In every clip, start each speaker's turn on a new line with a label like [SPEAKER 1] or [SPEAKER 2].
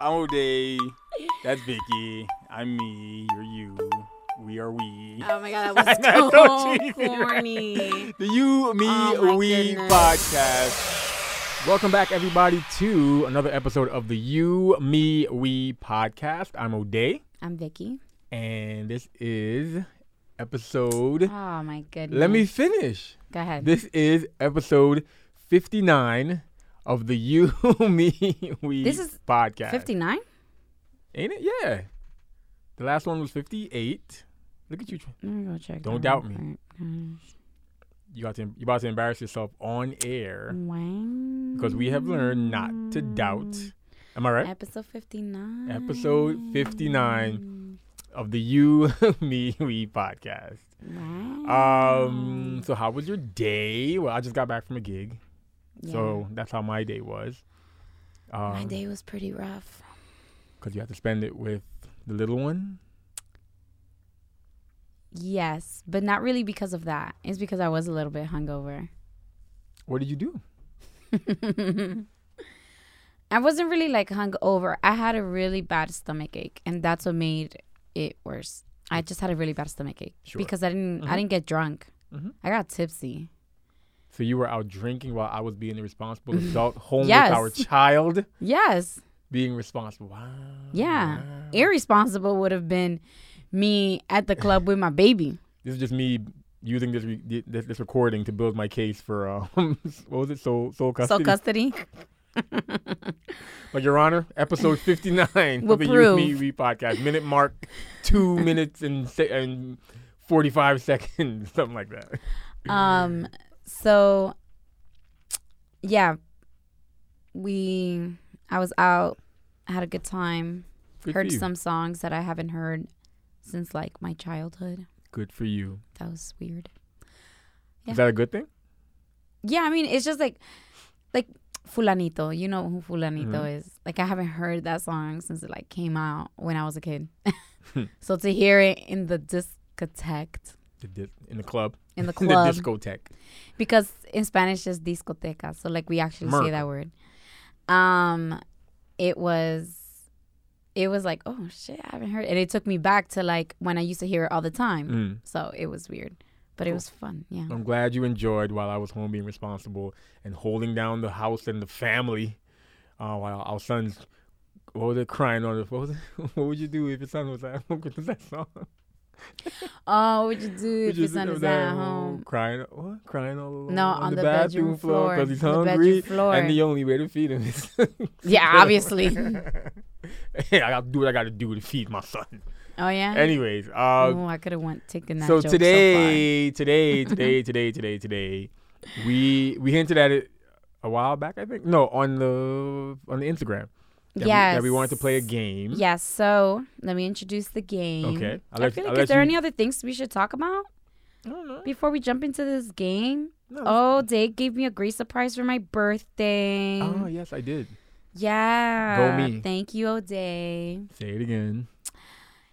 [SPEAKER 1] I'm O'Day. That's Vicky. I'm me. You're you. We are we.
[SPEAKER 2] Oh my god,
[SPEAKER 1] I
[SPEAKER 2] that
[SPEAKER 1] know,
[SPEAKER 2] was
[SPEAKER 1] don't
[SPEAKER 2] so
[SPEAKER 1] you be right.
[SPEAKER 2] corny.
[SPEAKER 1] The You, Me,
[SPEAKER 2] Oh my
[SPEAKER 1] We
[SPEAKER 2] goodness.
[SPEAKER 1] podcast. Welcome back, everybody, to another episode of the You, Me, We podcast. I'm O'Day,
[SPEAKER 2] I'm Vicky.
[SPEAKER 1] and this is episode.
[SPEAKER 2] Oh my goodness.
[SPEAKER 1] Let me finish.
[SPEAKER 2] go ahead.
[SPEAKER 1] This is episode 59 of the You, Me, We
[SPEAKER 2] This is
[SPEAKER 1] podcast.
[SPEAKER 2] 59?
[SPEAKER 1] Ain't it? Yeah. The last one was 58. Look at you. tr-
[SPEAKER 2] Let me go check.
[SPEAKER 1] Don't
[SPEAKER 2] that
[SPEAKER 1] doubt
[SPEAKER 2] real
[SPEAKER 1] me.
[SPEAKER 2] quick. Uh,
[SPEAKER 1] You got to, you about to embarrass yourself on air
[SPEAKER 2] Wow.
[SPEAKER 1] because we have learned not to doubt. Am I right?
[SPEAKER 2] Episode 59.
[SPEAKER 1] Episode 59. of the You, Me, We podcast.
[SPEAKER 2] Wow.
[SPEAKER 1] Um. So how was your day? Well, I just got back from a gig,
[SPEAKER 2] Yeah.
[SPEAKER 1] so that's how my day was. Um,
[SPEAKER 2] my day was pretty rough.
[SPEAKER 1] Because you have to spend it with the little one.
[SPEAKER 2] Yes, but not really because of that. It's because I was a little bit hungover.
[SPEAKER 1] What did you do?
[SPEAKER 2] I wasn't really like hungover. I had a really bad stomach ache, and that's what made it worse. I just had a really bad stomach ache
[SPEAKER 1] Mm. Sure.
[SPEAKER 2] because I didn't
[SPEAKER 1] Mhm.
[SPEAKER 2] I didn't get drunk.
[SPEAKER 1] Mhm.
[SPEAKER 2] I got tipsy.
[SPEAKER 1] So you were out drinking while I was being a responsible adult, home
[SPEAKER 2] Yes.
[SPEAKER 1] with our child,
[SPEAKER 2] Yes,
[SPEAKER 1] being responsible. Wow.
[SPEAKER 2] Yeah.
[SPEAKER 1] wow.
[SPEAKER 2] irresponsible would have been me at the club with my baby.
[SPEAKER 1] This is just me using this re- this, this recording to build my case for um, what was it? Soul soul custody.
[SPEAKER 2] So custody.
[SPEAKER 1] But Your Honor, episode 59
[SPEAKER 2] Will
[SPEAKER 1] of the You Me
[SPEAKER 2] prove.
[SPEAKER 1] We podcast. Minute mark, two minutes and, se- and 45 seconds, something like that.
[SPEAKER 2] Um. So, yeah, we. I was out. had a good time.
[SPEAKER 1] Good
[SPEAKER 2] heard
[SPEAKER 1] for you.
[SPEAKER 2] some songs that I haven't heard since like my childhood.
[SPEAKER 1] Good for you.
[SPEAKER 2] That was weird. Yeah.
[SPEAKER 1] Is that a good thing?
[SPEAKER 2] Yeah, I mean, it's just like, like Fulanito. You know who Fulanito
[SPEAKER 1] Mhm.
[SPEAKER 2] is. Like, I haven't heard that song since it like came out when I was a kid.
[SPEAKER 1] Hmm.
[SPEAKER 2] so to hear it in the discotheque,
[SPEAKER 1] The dis- in the club,
[SPEAKER 2] in the
[SPEAKER 1] in
[SPEAKER 2] club,
[SPEAKER 1] the discotheque.
[SPEAKER 2] because in Spanish it's discoteca. So like we actually say
[SPEAKER 1] Merca.
[SPEAKER 2] that word. Um, it was. It was like, oh shit, I haven't heard, it. and it took me back to like when I used to hear it all the time.
[SPEAKER 1] Mm.
[SPEAKER 2] So it was weird, but it
[SPEAKER 1] Cool.
[SPEAKER 2] was fun. Yeah.
[SPEAKER 1] I'm glad you enjoyed while I was home being responsible and holding down the house and the family uh, while our sons, what was it, crying on the What, was it, what would you do if your son was at home? What was that song?
[SPEAKER 2] Oh, what you do if
[SPEAKER 1] Would you
[SPEAKER 2] your
[SPEAKER 1] do
[SPEAKER 2] son
[SPEAKER 1] that
[SPEAKER 2] is at
[SPEAKER 1] whole
[SPEAKER 2] home?
[SPEAKER 1] Crying, what? crying all alone
[SPEAKER 2] No,
[SPEAKER 1] on,
[SPEAKER 2] on
[SPEAKER 1] the,
[SPEAKER 2] the
[SPEAKER 1] bathroom,
[SPEAKER 2] bedroom
[SPEAKER 1] floor
[SPEAKER 2] floor,
[SPEAKER 1] because he's
[SPEAKER 2] the bedroom
[SPEAKER 1] hungry
[SPEAKER 2] floor.
[SPEAKER 1] and the only way to feed him is.
[SPEAKER 2] Yeah, obviously.
[SPEAKER 1] hey, I gotta do what I gotta do to feed my son.
[SPEAKER 2] Oh yeah.
[SPEAKER 1] Anyways, uh,
[SPEAKER 2] oh, I could have went taken that.
[SPEAKER 1] so
[SPEAKER 2] joke
[SPEAKER 1] today, today, today, today, today, today, we we hinted at it a while back, I think. No, on the on the Instagram.
[SPEAKER 2] so
[SPEAKER 1] That
[SPEAKER 2] far.
[SPEAKER 1] We, that we wanted to play a
[SPEAKER 2] Yes.
[SPEAKER 1] game.
[SPEAKER 2] Yes. So let me introduce the game.
[SPEAKER 1] Hmm? Okay. I'll
[SPEAKER 2] I
[SPEAKER 1] let-
[SPEAKER 2] feel
[SPEAKER 1] I'll
[SPEAKER 2] like
[SPEAKER 1] let
[SPEAKER 2] is there
[SPEAKER 1] you-
[SPEAKER 2] any other things we should talk about
[SPEAKER 1] I don't know.
[SPEAKER 2] before we jump into this game?
[SPEAKER 1] No,
[SPEAKER 2] Oh, Dave gave me a great surprise for my birthday.
[SPEAKER 1] Oh yes, I did.
[SPEAKER 2] yeah.
[SPEAKER 1] me.
[SPEAKER 2] Thank you, O'Day.
[SPEAKER 1] Say it again.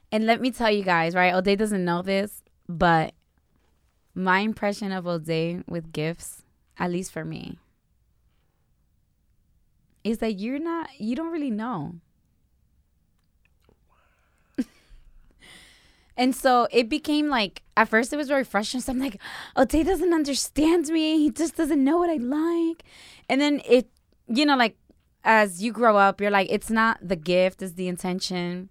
[SPEAKER 2] And let me tell you guys, right? O'Day doesn't know this, but my impression of O'Day with gifts, at least for me, is that you're not, you don't really know. and so it became like, at first it was very frustrating. So I'm like, O'Day doesn't understand me. He just doesn't know what I like. And then it, you know, like, as you grow up, you're like, it's not the gift, it's the intention.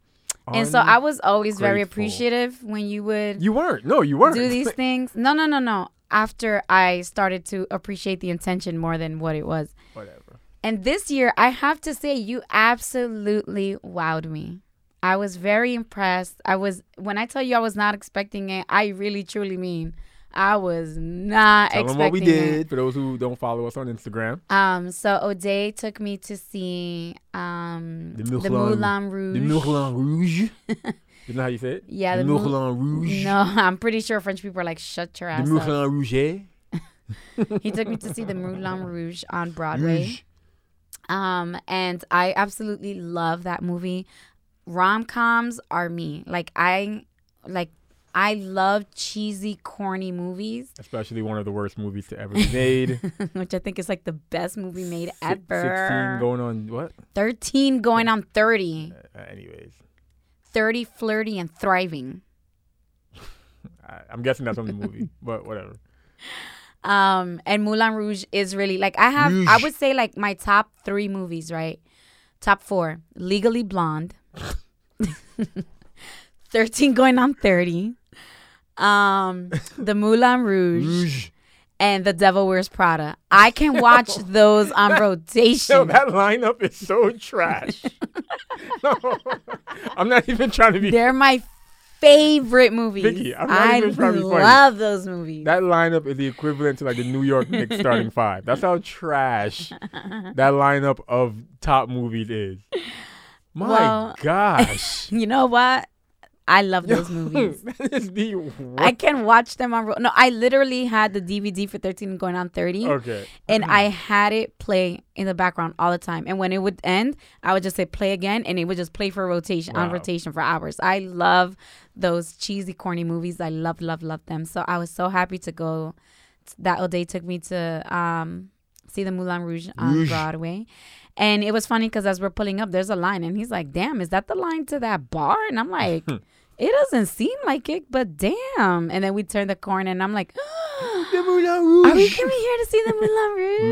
[SPEAKER 2] And so I was always very
[SPEAKER 1] Ungrateful.
[SPEAKER 2] appreciative when you would
[SPEAKER 1] You weren't. No, you weren't.
[SPEAKER 2] do these things. No, no, no, no. After I started to appreciate the intention more than what it was.
[SPEAKER 1] Whatever.
[SPEAKER 2] And this year, I have to say, you absolutely wowed me. I was very impressed. I was, when I tell you I was not expecting it, I really truly mean I was not
[SPEAKER 1] Tell them
[SPEAKER 2] expecting
[SPEAKER 1] what we
[SPEAKER 2] it.
[SPEAKER 1] did. For those who don't follow us on Instagram,
[SPEAKER 2] Um, so O'Day took me to see um,
[SPEAKER 1] The
[SPEAKER 2] the,
[SPEAKER 1] Moulin-
[SPEAKER 2] Moulin, Rouge.
[SPEAKER 1] the Moulin Rouge. you know how you say it?
[SPEAKER 2] Yeah,
[SPEAKER 1] the
[SPEAKER 2] the Mou-
[SPEAKER 1] Moulin Rouge.
[SPEAKER 2] No, I'm pretty sure French people are like, shut your
[SPEAKER 1] the
[SPEAKER 2] ass up.
[SPEAKER 1] Moulin Rouge.
[SPEAKER 2] He took me to see the Moulin Rouge on Broadway. Um, and I absolutely love that movie. Rom coms are me. Like I like I love cheesy, corny movies,
[SPEAKER 1] Especially one of the worst movies to ever be made.
[SPEAKER 2] which I think is like the best movie made
[SPEAKER 1] Si-
[SPEAKER 2] ever.
[SPEAKER 1] Sixteen going on what?
[SPEAKER 2] 13 going on 30.
[SPEAKER 1] Uh, anyways,
[SPEAKER 2] 30, flirty, and thriving.
[SPEAKER 1] I, I'm guessing that's from the movie, but whatever.
[SPEAKER 2] Um, and Moulin Rouge is really like I have. I would say like my top three movies, right? Top four: Legally Blonde, Thirteen Going on Thirty, um, The Moulin Rouge,
[SPEAKER 1] Rouge.
[SPEAKER 2] and The Devil Wears Prada. I can watch those on
[SPEAKER 1] Yo,
[SPEAKER 2] rotation.
[SPEAKER 1] that lineup is so trash. no, I'm not even trying to be.
[SPEAKER 2] They're my favorite movies.
[SPEAKER 1] Vicky, I'm not
[SPEAKER 2] I
[SPEAKER 1] even trying to be funny.
[SPEAKER 2] love those movies.
[SPEAKER 1] That lineup is the equivalent to like the New York Knicks starting five. That's how trash that lineup of top movies is. My
[SPEAKER 2] Well-
[SPEAKER 1] gosh.
[SPEAKER 2] you know what? I love those movies.
[SPEAKER 1] that is the worst.
[SPEAKER 2] I can watch them on. ro- No, I literally had the DVD for 13 going on 30,
[SPEAKER 1] okay.
[SPEAKER 2] and I had it play in the background all the time. And when it would end, I would just say play again, and it would just play for rotation on
[SPEAKER 1] Wow.
[SPEAKER 2] rotation for hours. I love those cheesy, corny movies. I love, love, love them. So I was so happy to go. That old day took me to um, see the Moulin Rouge on
[SPEAKER 1] Rouge.
[SPEAKER 2] Broadway. And it was funny because as we're pulling up, there's a line, and he's like, "Damn, is that the line to that bar?" And I'm like, "It doesn't seem like it, but damn." And then we turn the corner, and I'm like,
[SPEAKER 1] The Moulin
[SPEAKER 2] "Are we
[SPEAKER 1] Rouge.
[SPEAKER 2] coming here to see the Moulin Rouge?"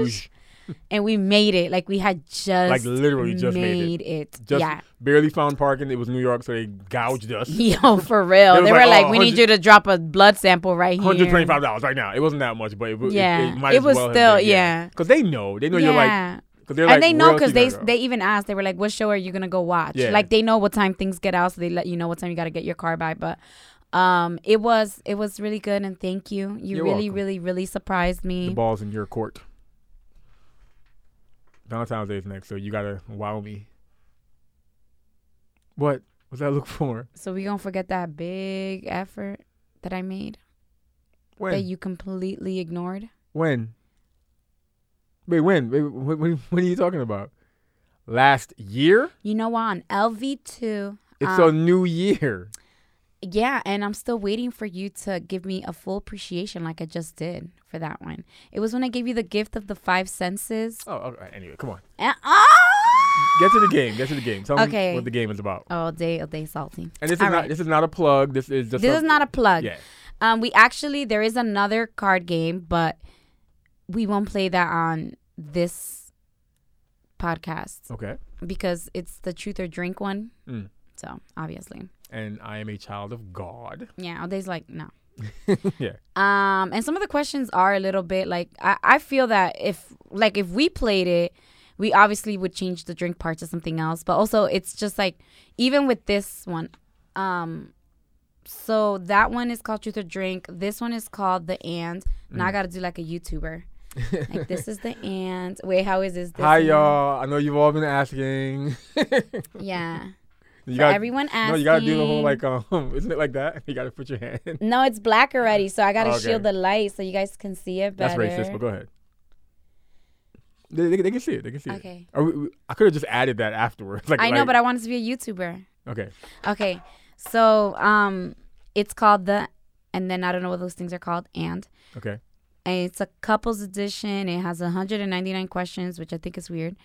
[SPEAKER 1] Rouge.
[SPEAKER 2] And we made it. Like we had just
[SPEAKER 1] Like, literally just made it.
[SPEAKER 2] it.
[SPEAKER 1] Just
[SPEAKER 2] yeah.
[SPEAKER 1] barely found parking. It was New York, so they gouged us.
[SPEAKER 2] Yo, for
[SPEAKER 1] It
[SPEAKER 2] real.
[SPEAKER 1] was
[SPEAKER 2] They
[SPEAKER 1] like,
[SPEAKER 2] were like,
[SPEAKER 1] oh,
[SPEAKER 2] "We need
[SPEAKER 1] 100
[SPEAKER 2] you to drop a blood sample right here."
[SPEAKER 1] Hundred twenty-five dollars right now. It wasn't that much, but it, wa- it-
[SPEAKER 2] Yeah.
[SPEAKER 1] it, might
[SPEAKER 2] It
[SPEAKER 1] as
[SPEAKER 2] was
[SPEAKER 1] well have
[SPEAKER 2] still-
[SPEAKER 1] been,
[SPEAKER 2] yeah.
[SPEAKER 1] Because they know, they know you're like,
[SPEAKER 2] Yeah.
[SPEAKER 1] because they're
[SPEAKER 2] and
[SPEAKER 1] like,
[SPEAKER 2] they
[SPEAKER 1] where
[SPEAKER 2] know
[SPEAKER 1] else
[SPEAKER 2] because
[SPEAKER 1] you
[SPEAKER 2] they
[SPEAKER 1] gonna go?
[SPEAKER 2] they even asked. They were like, "What show are you gonna go watch?"
[SPEAKER 1] Yeah.
[SPEAKER 2] Like they know what time things get out, so they let you know what time you gotta get your car by. But um, it was it was really good, and thank you. You
[SPEAKER 1] You're
[SPEAKER 2] really,
[SPEAKER 1] welcome.
[SPEAKER 2] really, really surprised
[SPEAKER 1] the
[SPEAKER 2] me.
[SPEAKER 1] ball's in your court. Valentine's Day is next, so you gotta wow me. What? What's that look for?
[SPEAKER 2] So we gonna forget that big effort that I made
[SPEAKER 1] When?
[SPEAKER 2] that you completely ignored.
[SPEAKER 1] when? Wait, when? Wait, wh- wh- what are you talking about? Last year?
[SPEAKER 2] You know what? On LV two.
[SPEAKER 1] It's
[SPEAKER 2] um,
[SPEAKER 1] a new year.
[SPEAKER 2] Yeah, and I'm still waiting for you to give me a full appreciation like I just did for that one. It was when I gave you the gift of the five senses.
[SPEAKER 1] Oh, all right. Anyway, come on.
[SPEAKER 2] And, ah!
[SPEAKER 1] Get to the game. Get to the game. Tell me
[SPEAKER 2] Okay.
[SPEAKER 1] what the game is about.
[SPEAKER 2] All day, all day salty.
[SPEAKER 1] And this is
[SPEAKER 2] All
[SPEAKER 1] not.
[SPEAKER 2] right.
[SPEAKER 1] This is not a plug. This is just.
[SPEAKER 2] This
[SPEAKER 1] a-
[SPEAKER 2] is not a plug.
[SPEAKER 1] Yeah.
[SPEAKER 2] Um, we actually there is another card game, but we won't play that on this podcast
[SPEAKER 1] Okay.
[SPEAKER 2] because it's the truth or drink one.
[SPEAKER 1] Mm.
[SPEAKER 2] So obviously,
[SPEAKER 1] And I am a child of God.
[SPEAKER 2] yeah, all day's like no.
[SPEAKER 1] yeah.
[SPEAKER 2] Um, and some of the questions are a little bit like I, I feel that if like if we played it, we obviously would change the drink part to something else. But also it's just like even with this one, um so that one is called Truth or Drink. This one is called the and. Now I
[SPEAKER 1] Mm.
[SPEAKER 2] gotta do like a YouTuber. like this is the and. Wait, how is this? this
[SPEAKER 1] Hi
[SPEAKER 2] and-
[SPEAKER 1] y'all. I know you've all been asking.
[SPEAKER 2] Yeah.
[SPEAKER 1] you
[SPEAKER 2] For
[SPEAKER 1] gotta-
[SPEAKER 2] everyone asking.
[SPEAKER 1] No, you gotta do the whole like um isn't it like that? You gotta put your hand.
[SPEAKER 2] No, it's black already, so I gotta
[SPEAKER 1] Oh, Okay.
[SPEAKER 2] shield the light so you guys can see it
[SPEAKER 1] That's
[SPEAKER 2] better.
[SPEAKER 1] racist, but go ahead. They, they, they can see it. They can see it.
[SPEAKER 2] Okay.
[SPEAKER 1] Are we, we- I could have just added that afterwards. Like
[SPEAKER 2] I know, but I wanted to be a YouTuber.
[SPEAKER 1] I okay.
[SPEAKER 2] Okay. So um it's called the and then I don't know what those things are called and
[SPEAKER 1] Okay.
[SPEAKER 2] and it's a couples edition. It has 199 questions, which I think is weird.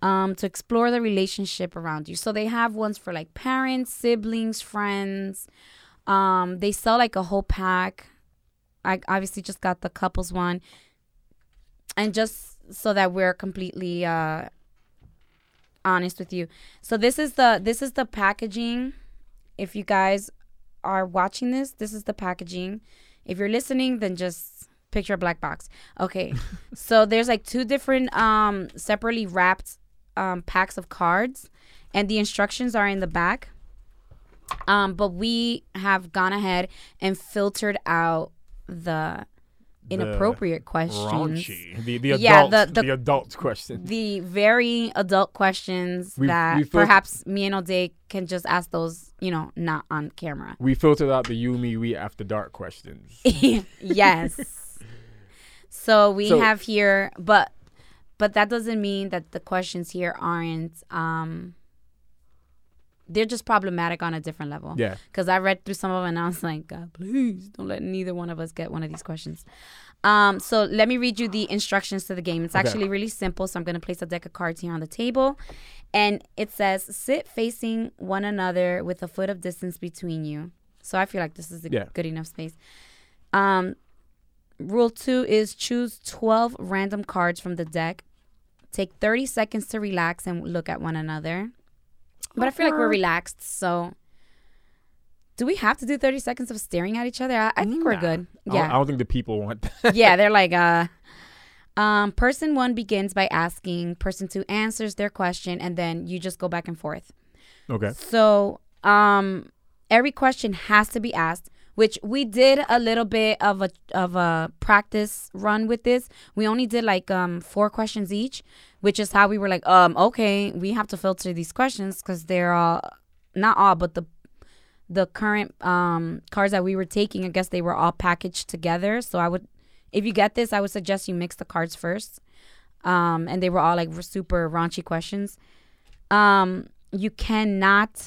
[SPEAKER 2] Um to explore the relationship around you. So they have ones for like parents, siblings, friends. Um they sell like a whole pack. I obviously just got the couples one. And just so that we're completely uh honest with you. So this is the this is the packaging. If you guys are watching this, this is the packaging. If you're listening, then just picture a black box. Okay. so there's like two different um separately wrapped um packs of cards and the instructions are in the back. Um but we have gone ahead and filtered out the inappropriate questions
[SPEAKER 1] Raunchy. The the
[SPEAKER 2] Yeah,
[SPEAKER 1] adult
[SPEAKER 2] the-
[SPEAKER 1] the,
[SPEAKER 2] the-
[SPEAKER 1] adult question.
[SPEAKER 2] the very adult questions
[SPEAKER 1] We-
[SPEAKER 2] that
[SPEAKER 1] we first-
[SPEAKER 2] perhaps me and O'Day can just ask those, you know, not on camera.
[SPEAKER 1] We filtered out the you, me, we after dark questions.
[SPEAKER 2] yes. so we
[SPEAKER 1] So-
[SPEAKER 2] have here, but but that doesn't mean that the questions here aren't um they're just problematic on a different level.
[SPEAKER 1] Yeah.
[SPEAKER 2] Because I read through some of them and I was like, God, please don't let neither one of us get one of these questions. Um, so let me read you the instructions to the game. It's
[SPEAKER 1] Okay.
[SPEAKER 2] actually really simple. So I'm going to place a deck of cards here on the table. And it says, sit facing one another with a foot of distance between you. So I feel like this is a
[SPEAKER 1] Yeah.
[SPEAKER 2] good enough space. Um, rule two is choose 12 random cards from the deck. Take 30 seconds to relax and look at one another. But I feel like we're relaxed, so. Do we have to do 30 seconds of staring at each other? I, I think we're
[SPEAKER 1] Nah.
[SPEAKER 2] good.
[SPEAKER 1] I don't-
[SPEAKER 2] Yeah
[SPEAKER 1] I don't think the people want that.
[SPEAKER 2] yeah, they're like, uh, um, person one begins by asking, person two answers their question, and then you just go back and forth.
[SPEAKER 1] Okay.
[SPEAKER 2] So, um, every question has to be asked, which we did a little bit of a of a practice run with this. We only did like um four questions each, which is how we were like, um, okay, we have to filter these questions because they're all not all, but the the current um cards that we were taking, I guess they were all packaged together. So I would, if you get this, I would suggest you mix the cards first. Um, and they were all like super raunchy questions um you cannot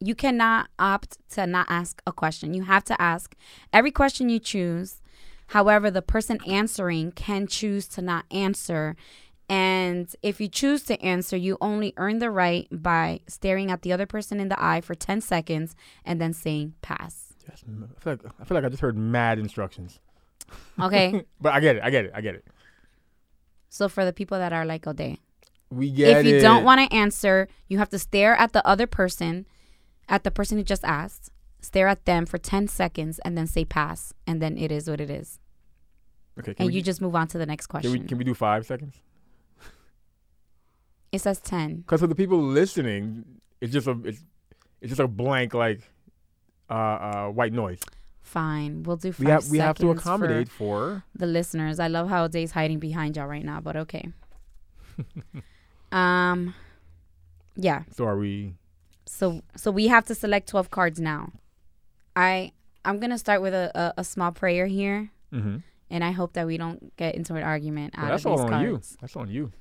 [SPEAKER 2] you cannot opt to not ask a question you have to ask every question you choose however the person answering can choose to not answer and if you choose to answer you only earn the right by staring at the other person in the eye for 10 seconds and then saying pass
[SPEAKER 1] Yes, m- I feel, like, I feel like I just heard mad instructions.
[SPEAKER 2] okay
[SPEAKER 1] But I get it. I get it. I get it.
[SPEAKER 2] so for the people that are like oh day
[SPEAKER 1] We get it.
[SPEAKER 2] if you don't want to answer, you have to stare at the other person, at the person who just asked, stare at them for 10 seconds and then say pass. And then it is what it is.
[SPEAKER 1] Okay. Can,
[SPEAKER 2] And
[SPEAKER 1] we,
[SPEAKER 2] you just move on to the next
[SPEAKER 1] can,
[SPEAKER 2] question.
[SPEAKER 1] we, can we do five seconds?
[SPEAKER 2] it says 10.
[SPEAKER 1] Because for the people listening, it's just a it's, it's just a blank like uh, uh, white noise.
[SPEAKER 2] Fine. We'll do five
[SPEAKER 1] We have we have to
[SPEAKER 2] seconds for
[SPEAKER 1] accommodate for.
[SPEAKER 2] the listeners. I love how Day's hiding behind y'all right now, but okay. um, yeah.
[SPEAKER 1] So are we?
[SPEAKER 2] So so we have to select 12 cards now. I I'm going to start with a, a, a small prayer here.
[SPEAKER 1] hmm
[SPEAKER 2] and I hope that we don't get into an argument out
[SPEAKER 1] that's
[SPEAKER 2] of
[SPEAKER 1] all
[SPEAKER 2] these
[SPEAKER 1] on you.
[SPEAKER 2] cards. Mm.
[SPEAKER 1] That's on you.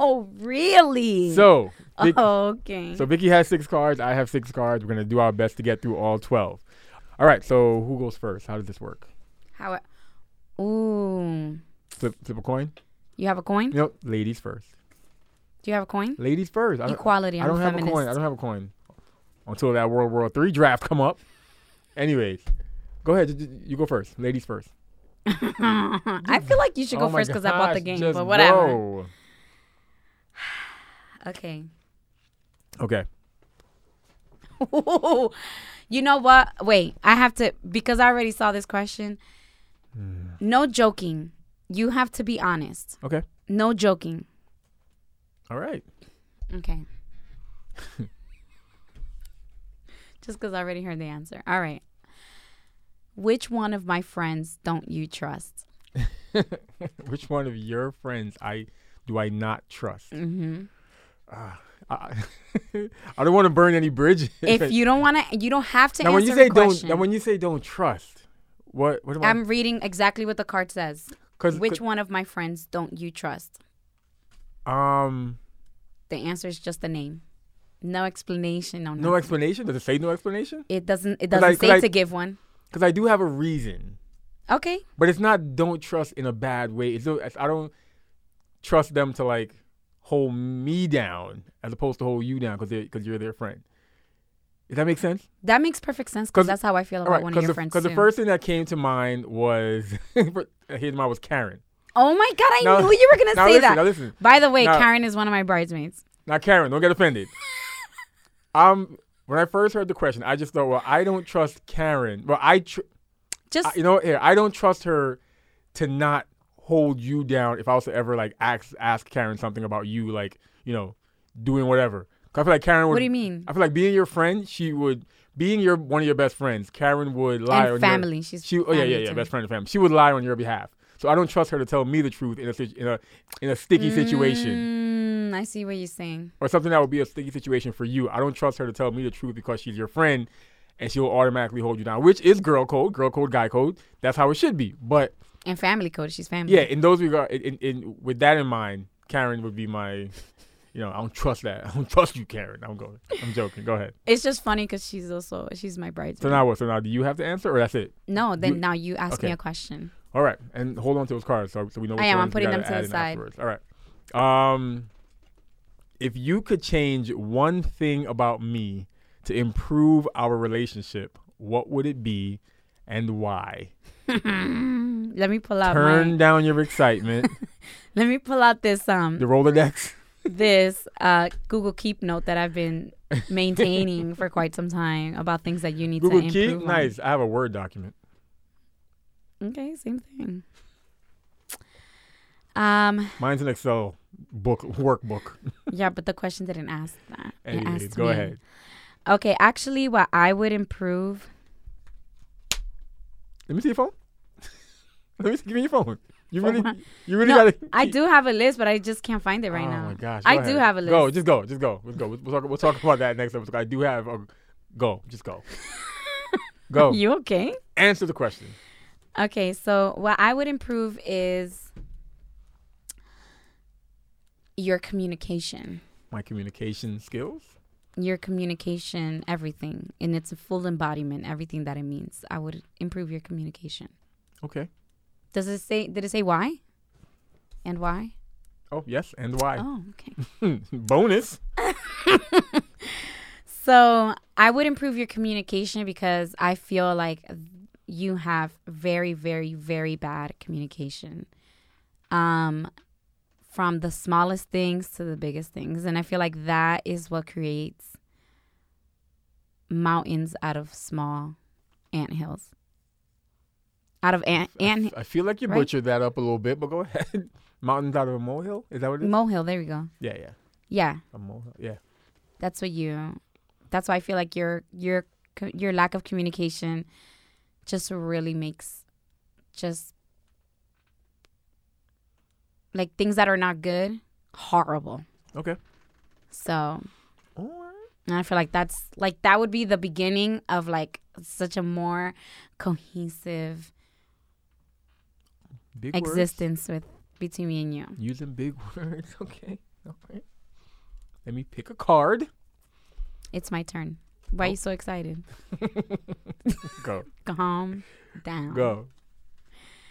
[SPEAKER 2] Oh, really?
[SPEAKER 1] So Vic-
[SPEAKER 2] Oh. okay.
[SPEAKER 1] so Vicky has six cards. I have six cards. We're gonna do our best to get through all twelve. All right. So who goes first? How does this work?
[SPEAKER 2] how? Ooh,
[SPEAKER 1] Flip flip a coin.
[SPEAKER 2] you have a coin?
[SPEAKER 1] Nope. Ladies first.
[SPEAKER 2] Do you have a coin?
[SPEAKER 1] Ladies first. I, don't-
[SPEAKER 2] Equality. I'm
[SPEAKER 1] I don't
[SPEAKER 2] a
[SPEAKER 1] have
[SPEAKER 2] feminist.
[SPEAKER 1] a coin. I don't have a coin until that World War Three draft come up. Anyways, go ahead. You- You go first. Ladies first.
[SPEAKER 2] I feel like you should go
[SPEAKER 1] Oh my
[SPEAKER 2] first because I bought the
[SPEAKER 1] gosh,
[SPEAKER 2] game,
[SPEAKER 1] just
[SPEAKER 2] but whatever.
[SPEAKER 1] go.
[SPEAKER 2] Okay.
[SPEAKER 1] Okay.
[SPEAKER 2] you know what? Wait, I have to because I already saw this question.
[SPEAKER 1] Hmm.
[SPEAKER 2] No joking. You have to be honest.
[SPEAKER 1] Okay.
[SPEAKER 2] No joking.
[SPEAKER 1] All right.
[SPEAKER 2] Okay. Just because I already heard the answer. All right. Which one of my friends don't you trust?
[SPEAKER 1] Which one of your friends I do I not trust? Ah,
[SPEAKER 2] hmm
[SPEAKER 1] I, I don't want to burn any bridges.
[SPEAKER 2] if you don't want to, you don't have to
[SPEAKER 1] now
[SPEAKER 2] answer
[SPEAKER 1] when you say
[SPEAKER 2] the question.
[SPEAKER 1] don't, now when you say don't trust, what what am I?
[SPEAKER 2] I'm reading exactly what the card says.
[SPEAKER 1] Cause,
[SPEAKER 2] Which
[SPEAKER 1] cause-
[SPEAKER 2] one of my friends don't you trust?
[SPEAKER 1] um
[SPEAKER 2] The answer is just the name. No explanation. No,
[SPEAKER 1] no explanation? Does it say no explanation?
[SPEAKER 2] It doesn't. It
[SPEAKER 1] Could I-
[SPEAKER 2] doesn't
[SPEAKER 1] could
[SPEAKER 2] say
[SPEAKER 1] I-
[SPEAKER 2] to give one.
[SPEAKER 1] Because I do have a reason,
[SPEAKER 2] Okay.
[SPEAKER 1] but it's not don't trust in a bad way. It's though- I don't trust them to like hold me down as opposed to hold you down because because you're their friend. Does that make sense?
[SPEAKER 2] That makes perfect sense
[SPEAKER 1] 'Cause-
[SPEAKER 2] because that's how I feel about one of
[SPEAKER 1] because
[SPEAKER 2] your
[SPEAKER 1] the,
[SPEAKER 2] friends
[SPEAKER 1] 'cause the
[SPEAKER 2] too.
[SPEAKER 1] first thing that came to mind was his mom was Karen.
[SPEAKER 2] oh my god! I
[SPEAKER 1] Now-
[SPEAKER 2] knew you were gonna
[SPEAKER 1] Now
[SPEAKER 2] say
[SPEAKER 1] listen,
[SPEAKER 2] that.
[SPEAKER 1] now listen,
[SPEAKER 2] By the way,
[SPEAKER 1] Now-
[SPEAKER 2] Karen is one of my bridesmaids.
[SPEAKER 1] now Karen, don't get offended. um, when I first heard the question, I just thought, well, I don't trust Karen. Well, I, tr-
[SPEAKER 2] Just
[SPEAKER 1] I you know, what, here I don't trust her to not hold you down. If I was to ever like ask ask Karen something about you, like you know, doing whatever. 'Cause I feel like Karen would.
[SPEAKER 2] what do you mean?
[SPEAKER 1] I feel like being your friend, she would being your one of your best friends. Karen would lie on
[SPEAKER 2] and
[SPEAKER 1] your
[SPEAKER 2] family. She's
[SPEAKER 1] She, oh yeah,
[SPEAKER 2] family
[SPEAKER 1] yeah, yeah,
[SPEAKER 2] too.
[SPEAKER 1] best friend and family. She would lie on your behalf, so I don't trust her to tell me the truth in a situ- in a in a sticky situation
[SPEAKER 2] Mm, I see what you're saying.
[SPEAKER 1] or something that would be a sticky situation for you. I don't trust her to tell me the truth because she's your friend, and she'll automatically hold you down, which is girl code, girl code, guy code. That's how it should be. But
[SPEAKER 2] And family code. She's family.
[SPEAKER 1] yeah, in those regard, in, in, in with that in mind, Karen would be my you know, I don't trust that. I don't trust you, Karen. I'm going. I'm joking. Go ahead.
[SPEAKER 2] It's just funny because she's also she's my
[SPEAKER 1] So
[SPEAKER 2] bridesmaid.
[SPEAKER 1] now what? So now do you have to answer, or that's it?
[SPEAKER 2] no, then
[SPEAKER 1] you-
[SPEAKER 2] now you ask me
[SPEAKER 1] okay.
[SPEAKER 2] a question.
[SPEAKER 1] All right, and hold on to those cards so, so we know. which
[SPEAKER 2] am, I'm
[SPEAKER 1] ones we
[SPEAKER 2] putting them
[SPEAKER 1] gotta
[SPEAKER 2] to
[SPEAKER 1] add
[SPEAKER 2] the
[SPEAKER 1] in
[SPEAKER 2] side.
[SPEAKER 1] Afterwards. All right. Um, if you could change one thing about me to improve our relationship, what would it be, and why?
[SPEAKER 2] let me pull out
[SPEAKER 1] Turn
[SPEAKER 2] my.
[SPEAKER 1] down your excitement.
[SPEAKER 2] Let me pull out this
[SPEAKER 1] the
[SPEAKER 2] um
[SPEAKER 1] Rolodex.
[SPEAKER 2] this uh Google Keep note that I've been maintaining for quite some time about things that you need
[SPEAKER 1] Google
[SPEAKER 2] to
[SPEAKER 1] Keep.
[SPEAKER 2] improve. on.
[SPEAKER 1] Nice. I have a Word document.
[SPEAKER 2] Okay, same thing. Um.
[SPEAKER 1] Mine's an Excel book workbook.
[SPEAKER 2] Yeah, but the question didn't ask that. It
[SPEAKER 1] Anyways,
[SPEAKER 2] asked
[SPEAKER 1] go
[SPEAKER 2] me.
[SPEAKER 1] ahead.
[SPEAKER 2] Okay, actually, what I would improve
[SPEAKER 1] Let me see your phone. Let me see, give me your phone. You
[SPEAKER 2] For
[SPEAKER 1] really,
[SPEAKER 2] what?
[SPEAKER 1] you really
[SPEAKER 2] No,
[SPEAKER 1] gotta.
[SPEAKER 2] I
[SPEAKER 1] keep-
[SPEAKER 2] do have a list, but I just can't find it right
[SPEAKER 1] oh
[SPEAKER 2] now.
[SPEAKER 1] my gosh!
[SPEAKER 2] I
[SPEAKER 1] go
[SPEAKER 2] do
[SPEAKER 1] ahead.
[SPEAKER 2] have a list.
[SPEAKER 1] Go, just go, just go. Let's go. We'll, we'll talk. We'll talk about that next episode. I do have. A, go, just go. go.
[SPEAKER 2] You okay?
[SPEAKER 1] Answer the question.
[SPEAKER 2] Okay, so what I would improve is your communication,
[SPEAKER 1] My communication skills.
[SPEAKER 2] your communication, everything in its full embodiment, everything that it means. I would improve your communication.
[SPEAKER 1] Okay.
[SPEAKER 2] Does it say? Did it say why? And why?
[SPEAKER 1] Oh yes, and why? Hmm,
[SPEAKER 2] Oh, okay.
[SPEAKER 1] Bonus.
[SPEAKER 2] So I would improve your communication because I feel like you have very, very, very bad communication. Um, from the smallest things to the biggest things. And I feel like that is what creates mountains out of small anthills. Out of ant,
[SPEAKER 1] I
[SPEAKER 2] ant
[SPEAKER 1] f- I feel like you
[SPEAKER 2] right?
[SPEAKER 1] butchered that up a little bit, but go ahead. Mountains out of a molehill. Is that what it is?
[SPEAKER 2] molehill, there we go.
[SPEAKER 1] yeah, yeah.
[SPEAKER 2] Yeah.
[SPEAKER 1] A molehill. Yeah.
[SPEAKER 2] that's what you that's why i feel like your your co- your lack of communication just really makes just like things that are not good horrible
[SPEAKER 1] Okay.
[SPEAKER 2] so
[SPEAKER 1] All right.
[SPEAKER 2] and i feel like that's like that would be the beginning of like such a more cohesive
[SPEAKER 1] Big words.
[SPEAKER 2] existence with between me and you
[SPEAKER 1] Using big words. Okay. All right. Let me pick a card.
[SPEAKER 2] it's my turn why are you so excited
[SPEAKER 1] Go.
[SPEAKER 2] calm down
[SPEAKER 1] Go.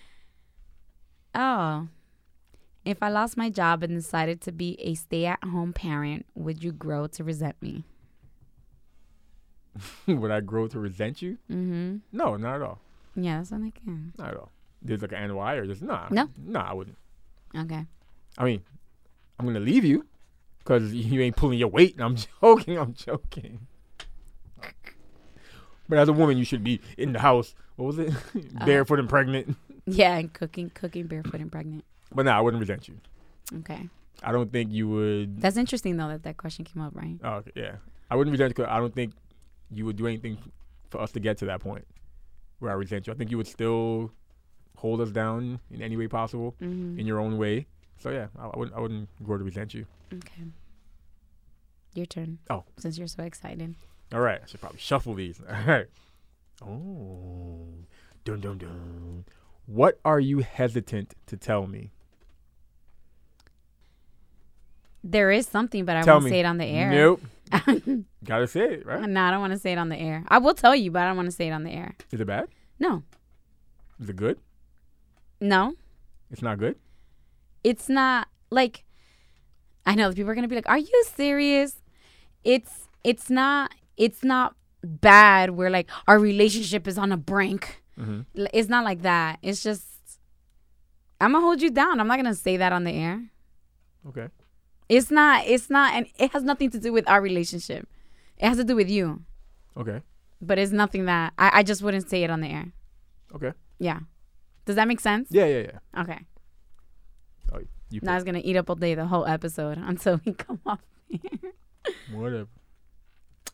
[SPEAKER 2] Oh. If I lost my job and decided to be a stay at home parent, would you grow to resent me?
[SPEAKER 1] Would I grow to resent you?
[SPEAKER 2] Mm
[SPEAKER 1] No, not at all.
[SPEAKER 2] hmm. Yeah, that's what I can.
[SPEAKER 1] Not at all. There's like an and why or just nah.
[SPEAKER 2] No.
[SPEAKER 1] Nah, I wouldn't.
[SPEAKER 2] Okay.
[SPEAKER 1] I mean, I'm gonna leave you because you ain't pulling your weight. I'm joking. I'm joking. But as a woman, you should be in the house. What was it? Barefoot and pregnant.
[SPEAKER 2] Yeah, and cooking, cooking barefoot and pregnant.
[SPEAKER 1] But nah, I wouldn't resent you.
[SPEAKER 2] Okay.
[SPEAKER 1] I don't think you would.
[SPEAKER 2] That's interesting, though, that that question came up, right?
[SPEAKER 1] Oh, okay, yeah. I wouldn't resent you 'cause I don't think you would do anything for us to get to that point where I resent you. I think you would still hold us down in any way possible
[SPEAKER 2] Mm-hmm.
[SPEAKER 1] in your own way. So yeah, I, I wouldn't. I wouldn't grow to resent you.
[SPEAKER 2] Okay. Your turn.
[SPEAKER 1] Oh.
[SPEAKER 2] Since you're so excited.
[SPEAKER 1] All right, I should probably shuffle these. All right. Oh, dun dun dun. What are you hesitant to tell me?
[SPEAKER 2] There is something, but I
[SPEAKER 1] Tell
[SPEAKER 2] won't
[SPEAKER 1] me.
[SPEAKER 2] say it on the air.
[SPEAKER 1] Nope. Gotta say it, right?
[SPEAKER 2] no, I don't want to say it on the air. I will tell you, but I don't want to say it on the air.
[SPEAKER 1] Is it bad?
[SPEAKER 2] No.
[SPEAKER 1] Is it good?
[SPEAKER 2] No.
[SPEAKER 1] It's not good.
[SPEAKER 2] it's not like I know people are gonna be like, "Are you serious?" It's it's not it's not bad. We're like our relationship is on a brink.
[SPEAKER 1] Mm-hmm.
[SPEAKER 2] L- It's not like that. It's just I'm gonna hold you down. I'm not gonna say that on the air.
[SPEAKER 1] Okay.
[SPEAKER 2] It's not. It's not, and it has nothing to do with our relationship. It has to do with you,
[SPEAKER 1] Okay.
[SPEAKER 2] but it's nothing that I, I just wouldn't say it on the air.
[SPEAKER 1] Okay.
[SPEAKER 2] Yeah. Does that make sense?
[SPEAKER 1] Yeah, yeah, yeah.
[SPEAKER 2] Okay.
[SPEAKER 1] Oh, you
[SPEAKER 2] Now it's gonna eat up all day the whole episode until we come off.
[SPEAKER 1] pick. whatever.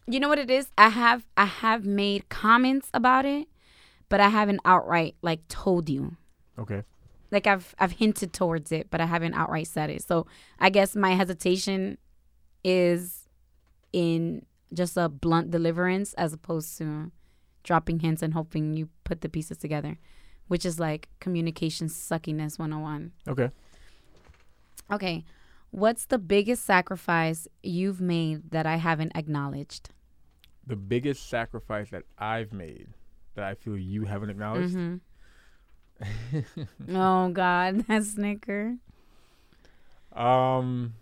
[SPEAKER 2] you know what it is i have i have made comments about it but i haven't outright like told you
[SPEAKER 1] Okay.
[SPEAKER 2] like i've i've hinted towards it but i haven't outright said it so i guess my hesitation is in just a blunt deliverance as opposed to dropping hints and hoping you put the pieces together which is like communication suckiness 101
[SPEAKER 1] Okay.
[SPEAKER 2] okay What's the biggest sacrifice you've made that I haven't acknowledged?
[SPEAKER 1] The biggest sacrifice that I've made that I feel you haven't acknowledged.
[SPEAKER 2] Mhm. oh God, that snicker. Mm-hmm.
[SPEAKER 1] Um.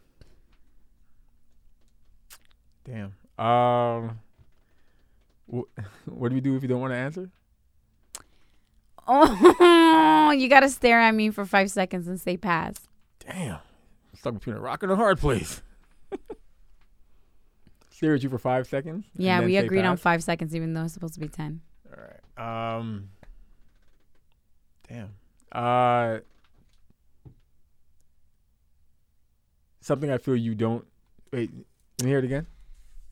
[SPEAKER 1] Damn. Um. What, what do we do if you don't want to answer?
[SPEAKER 2] Oh, you gotta stare at me for five seconds and say pass.
[SPEAKER 1] Damn. Stuck between a rock and a hard place. Stare at you for five seconds. and
[SPEAKER 2] Yeah,
[SPEAKER 1] then
[SPEAKER 2] we
[SPEAKER 1] say
[SPEAKER 2] agreed on
[SPEAKER 1] pass?
[SPEAKER 2] five seconds, even though it's supposed to be ten.
[SPEAKER 1] All right. Um. Damn. Uh. Something I feel you don't. Wait. Let me hear it again.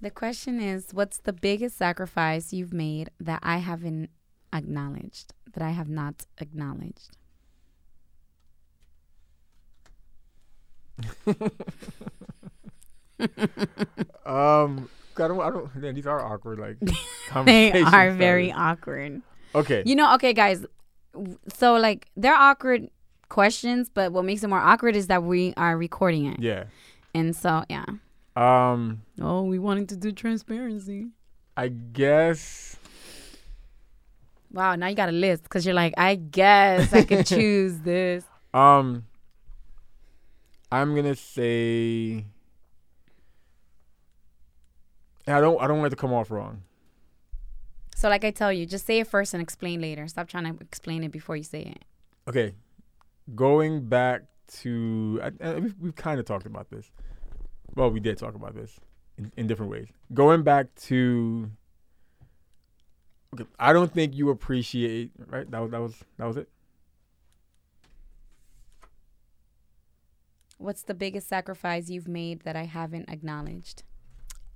[SPEAKER 2] The question is, what's the biggest sacrifice you've made that I haven't acknowledged? That I have not acknowledged.
[SPEAKER 1] Um. I don't. I don't. Man, these are awkward. Like
[SPEAKER 2] They
[SPEAKER 1] conversation
[SPEAKER 2] are very
[SPEAKER 1] starters.
[SPEAKER 2] awkward.
[SPEAKER 1] Okay.
[SPEAKER 2] You know, okay, guys. w- So like, they're awkward questions, but what makes it more awkward is that we are recording it,
[SPEAKER 1] yeah.
[SPEAKER 2] and so yeah.
[SPEAKER 1] Um.
[SPEAKER 2] Oh, we wanted to do transparency.
[SPEAKER 1] I guess.
[SPEAKER 2] Wow, now you got a list because you're like, I guess I could choose this.
[SPEAKER 1] Um. I'm gonna say. I don't. I don't want it to come off wrong.
[SPEAKER 2] So, like I tell you, just say it first and explain later. Stop trying to explain it before you say it.
[SPEAKER 1] Okay, going back to I, I, we've, we've kind of talked about this. Well, we did talk about this in, in different ways. Going back to okay, I don't think you appreciate right. That was that was that was it.
[SPEAKER 2] What's the biggest sacrifice you've made that I haven't acknowledged?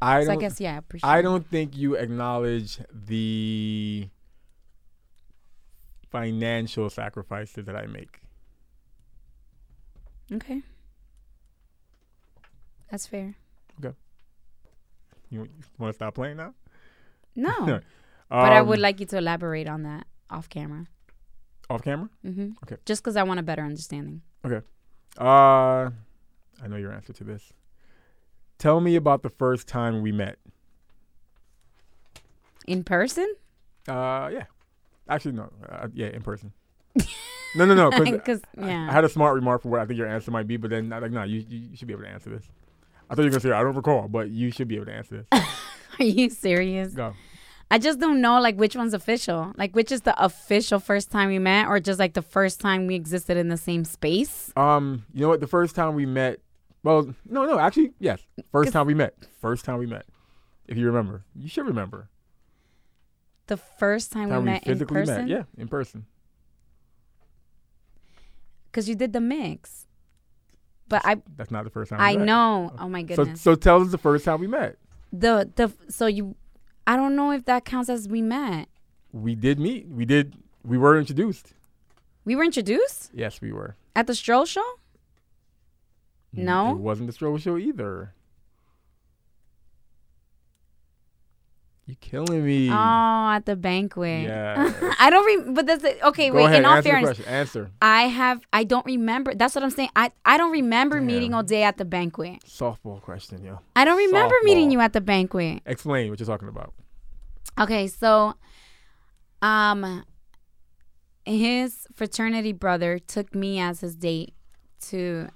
[SPEAKER 1] I
[SPEAKER 2] so I
[SPEAKER 1] don't.
[SPEAKER 2] guess yeah, I appreciate.
[SPEAKER 1] I don't think you acknowledge the financial sacrifices that I make.
[SPEAKER 2] it. Okay, that's fair.
[SPEAKER 1] You, want to stop playing now?
[SPEAKER 2] No,
[SPEAKER 1] No,
[SPEAKER 2] but I
[SPEAKER 1] Um,
[SPEAKER 2] would like you to elaborate on that off camera.
[SPEAKER 1] off camera.
[SPEAKER 2] Mm-hmm.
[SPEAKER 1] Okay.
[SPEAKER 2] Just because I want a better understanding.
[SPEAKER 1] Uh, I know your answer to this. Tell me about the first time we met.
[SPEAKER 2] In person?
[SPEAKER 1] Uh, yeah. Actually, no. Uh, yeah, in person. no, no, no. 'cause
[SPEAKER 2] Because
[SPEAKER 1] I-
[SPEAKER 2] yeah.
[SPEAKER 1] I, had a smart remark for what I think your answer might be, but then I like, no, you, you you should be able to answer this. I thought you were gonna say I don't recall, but you should be able to answer this.
[SPEAKER 2] Are you serious?
[SPEAKER 1] Go.
[SPEAKER 2] I just don't know like which one's official. Like which is the official first time we met or just like the first time we existed in the same space?
[SPEAKER 1] Um, you know what? The first time we met. Well, no, no. Actually, yes. First time we met. First time we met. If you remember, you should remember.
[SPEAKER 2] The first time,
[SPEAKER 1] Time
[SPEAKER 2] we met in
[SPEAKER 1] physically
[SPEAKER 2] person?
[SPEAKER 1] met. Yeah, in person.
[SPEAKER 2] Cuz you did the mix. But I
[SPEAKER 1] That's not the first time. we
[SPEAKER 2] I
[SPEAKER 1] met.
[SPEAKER 2] know. Oh my
[SPEAKER 1] So,
[SPEAKER 2] goodness.
[SPEAKER 1] so tell us the first time we met.
[SPEAKER 2] the the so you I don't know if that counts as we met.
[SPEAKER 1] We did meet. We did. We were introduced.
[SPEAKER 2] We were introduced
[SPEAKER 1] Yes, we were.
[SPEAKER 2] at the stroll show? No?
[SPEAKER 1] it wasn't the stroll show either. You killing me?
[SPEAKER 2] Oh, at the banquet.
[SPEAKER 1] Yes.
[SPEAKER 2] I don't re- but that's it. okay,
[SPEAKER 1] Go
[SPEAKER 2] wait,
[SPEAKER 1] ahead,
[SPEAKER 2] in all
[SPEAKER 1] answer
[SPEAKER 2] fairness,
[SPEAKER 1] the question. Answer.
[SPEAKER 2] I have I don't remember. That's what I'm saying. I I don't remember meeting
[SPEAKER 1] Damn.
[SPEAKER 2] all day at the banquet.
[SPEAKER 1] Softball question, yo.
[SPEAKER 2] I don't remember meeting
[SPEAKER 1] Softball.
[SPEAKER 2] you at the banquet.
[SPEAKER 1] Explain what you're talking about.
[SPEAKER 2] Okay, so um his fraternity brother took me as his date to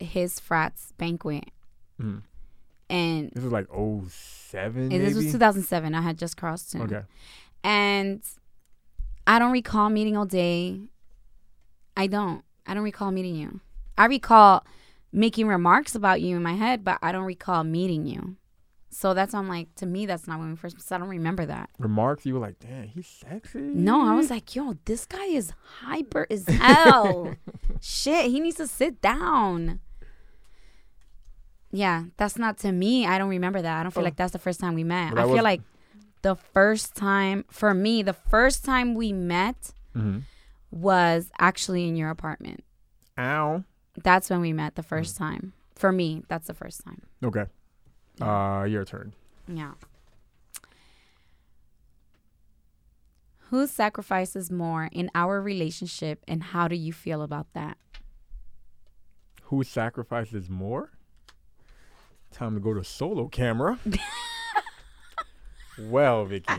[SPEAKER 2] his frat's banquet.
[SPEAKER 1] Mhm.
[SPEAKER 2] And
[SPEAKER 1] This is like 07,
[SPEAKER 2] and
[SPEAKER 1] maybe.
[SPEAKER 2] this was 2007. I had just crossed him.
[SPEAKER 1] okay.
[SPEAKER 2] And I don't recall meeting all day. I don't. I don't recall meeting you. I recall making remarks about you in my head, but I don't recall meeting you. So that's why I'm like, to me, that's not when we first. Because I don't remember that.
[SPEAKER 1] Remarks. You were like, damn, he's sexy.
[SPEAKER 2] No, I
[SPEAKER 1] Mm-hmm.
[SPEAKER 2] was like, yo, this guy is hyper as hell. Shit, he needs to sit down. Yeah, that's not to me. I don't remember that. I don't feel
[SPEAKER 1] Oh.
[SPEAKER 2] like that's the first time we met.
[SPEAKER 1] But I
[SPEAKER 2] I feel
[SPEAKER 1] was-
[SPEAKER 2] like the first time for me, the first time we met
[SPEAKER 1] Mhm.
[SPEAKER 2] was actually in your apartment.
[SPEAKER 1] Ow.
[SPEAKER 2] That's when we met
[SPEAKER 1] Mm.
[SPEAKER 2] the first time. For me, that's the first time.
[SPEAKER 1] Okay. Uh, your turn.
[SPEAKER 2] Yeah. Who sacrifices more in our relationship and how do you feel about that?
[SPEAKER 1] who sacrifices more? Time to go to solo camera. well, Vicky.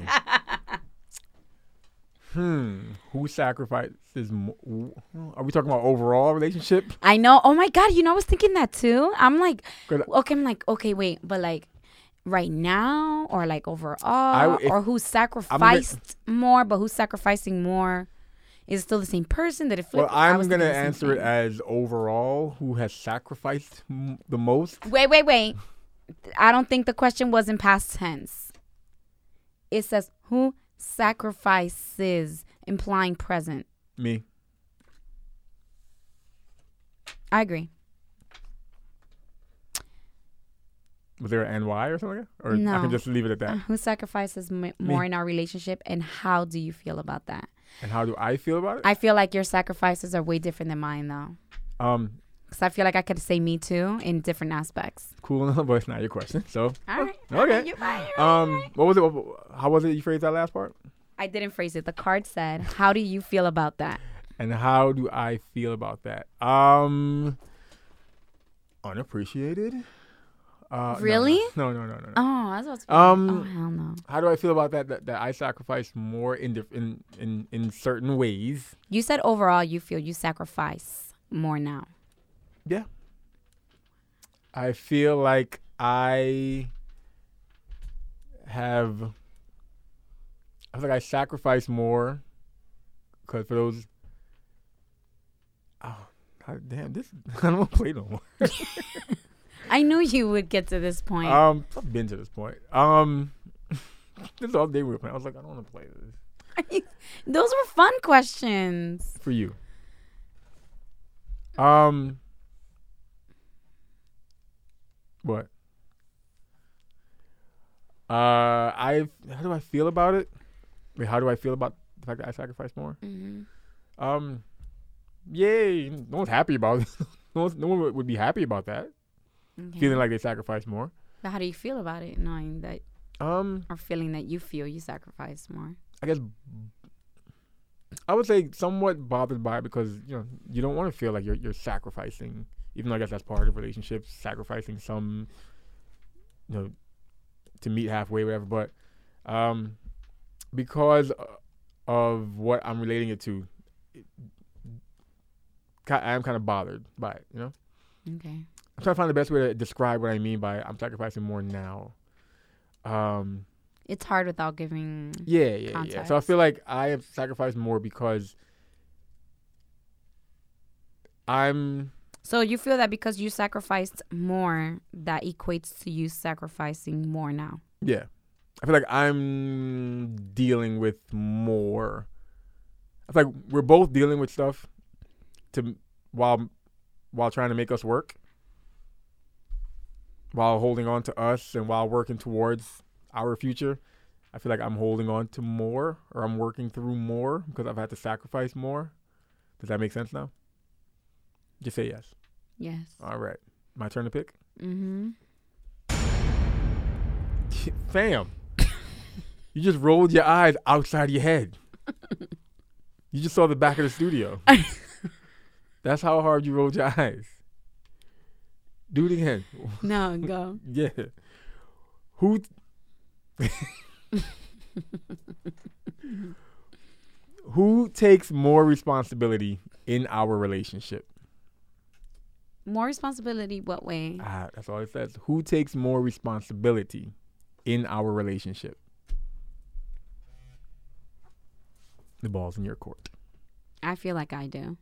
[SPEAKER 1] Hmm. Who sacrifices? Mo- are we talking about overall relationship?
[SPEAKER 2] I know. Oh my god, you know I was thinking that too. I'm like,
[SPEAKER 1] 'Cause
[SPEAKER 2] okay, I'm like, okay, wait, but like, right now or like overall,
[SPEAKER 1] if-
[SPEAKER 2] or who sacrificed more, but who's sacrificing more? Is it still the same person? Did it flip?
[SPEAKER 1] Well,
[SPEAKER 2] I
[SPEAKER 1] I'm
[SPEAKER 2] was
[SPEAKER 1] gonna
[SPEAKER 2] thinking the same
[SPEAKER 1] answer it
[SPEAKER 2] thing.
[SPEAKER 1] as overall who has sacrificed m- the most.
[SPEAKER 2] Wait, wait, wait. I don't think the question was in past tense. It says who sacrifices, implying present.
[SPEAKER 1] Me.
[SPEAKER 2] I agree.
[SPEAKER 1] Was there an NY or something? Like that? Or I
[SPEAKER 2] No.
[SPEAKER 1] can just leave it at that.
[SPEAKER 2] Uh, Who sacrifices m- more in our relationship, and how do you feel about that?
[SPEAKER 1] And how do I feel about it?
[SPEAKER 2] I feel like your sacrifices are way different than mine, though.
[SPEAKER 1] Um,
[SPEAKER 2] Because I feel like I could say me too in different aspects.
[SPEAKER 1] cool, but it's not your question. So,
[SPEAKER 2] All right.
[SPEAKER 1] Okay. um, what was it? what- How was it? You phrased that last part.
[SPEAKER 2] I didn't phrase it. The card said, How do you feel about that?
[SPEAKER 1] And how do I feel about that? Um, unappreciated. Uh, no,
[SPEAKER 2] Really?
[SPEAKER 1] No, no, no, no. no.
[SPEAKER 2] Oh, that's what's.
[SPEAKER 1] Um,
[SPEAKER 2] oh, hell no.
[SPEAKER 1] How do I feel about that? That, that I sacrifice more in, diff- in in in certain ways.
[SPEAKER 2] You said overall you feel you sacrifice more now.
[SPEAKER 1] Yeah. I feel like I have. I feel like I sacrifice more because for those. Oh, God damn! This I don't want to play no more.
[SPEAKER 2] I knew you would get to this point.
[SPEAKER 1] Um, I've been to this point. Um, this is all day we were playing. I was like, I don't want to play this
[SPEAKER 2] Those were fun questions.
[SPEAKER 1] for you. Um, what? Uh, I how do I feel about it? Wait, how do I feel about the fact that I sacrificed more?
[SPEAKER 2] Mm-hmm.
[SPEAKER 1] Um, yay! No one's happy about it. no, one's, no one would- would be happy about that. Feeling like they sacrificed more.
[SPEAKER 2] But how do you feel about it, knowing that
[SPEAKER 1] Um,
[SPEAKER 2] or feeling that you feel you sacrifice more?
[SPEAKER 1] I guess I would say somewhat bothered by it because you know you don't want to feel like you're you're sacrificing, even though I guess that's part of relationships, sacrificing some, you know, to meet halfway, whatever. But um, because uh, of what I'm relating it to, it, ki- I'm kind of bothered by it. You know,
[SPEAKER 2] Okay.
[SPEAKER 1] I'm trying to find the best way to describe what I mean by I'm sacrificing more now. Um,
[SPEAKER 2] It's hard without giving.
[SPEAKER 1] yeah, yeah, yeah. So I
[SPEAKER 2] context.
[SPEAKER 1] feel like I have sacrificed more because I'm
[SPEAKER 2] So you feel that because you sacrificed more, that equates to you sacrificing more now.
[SPEAKER 1] yeah. I feel like I'm dealing with more. I feel like we're both dealing with stuff to while while trying to make us work, while holding on to us and while working towards our future. I feel like I'm holding on to more or I'm working through more because I've had to sacrifice more. Does that make sense now? Just say yes.
[SPEAKER 2] Yes.
[SPEAKER 1] All right. My turn to pick?
[SPEAKER 2] Mm-hmm.
[SPEAKER 1] Fam. you just rolled your eyes outside your head. you just saw the back of the studio. That's how hard you rolled your eyes. Do it again.
[SPEAKER 2] No, go.
[SPEAKER 1] Yeah. Who Who takes more responsibility in our relationship?
[SPEAKER 2] More responsibility. What way?
[SPEAKER 1] Ah, that's all it says. Who takes more responsibility in our relationship? The ball's in your court.
[SPEAKER 2] I feel like I do.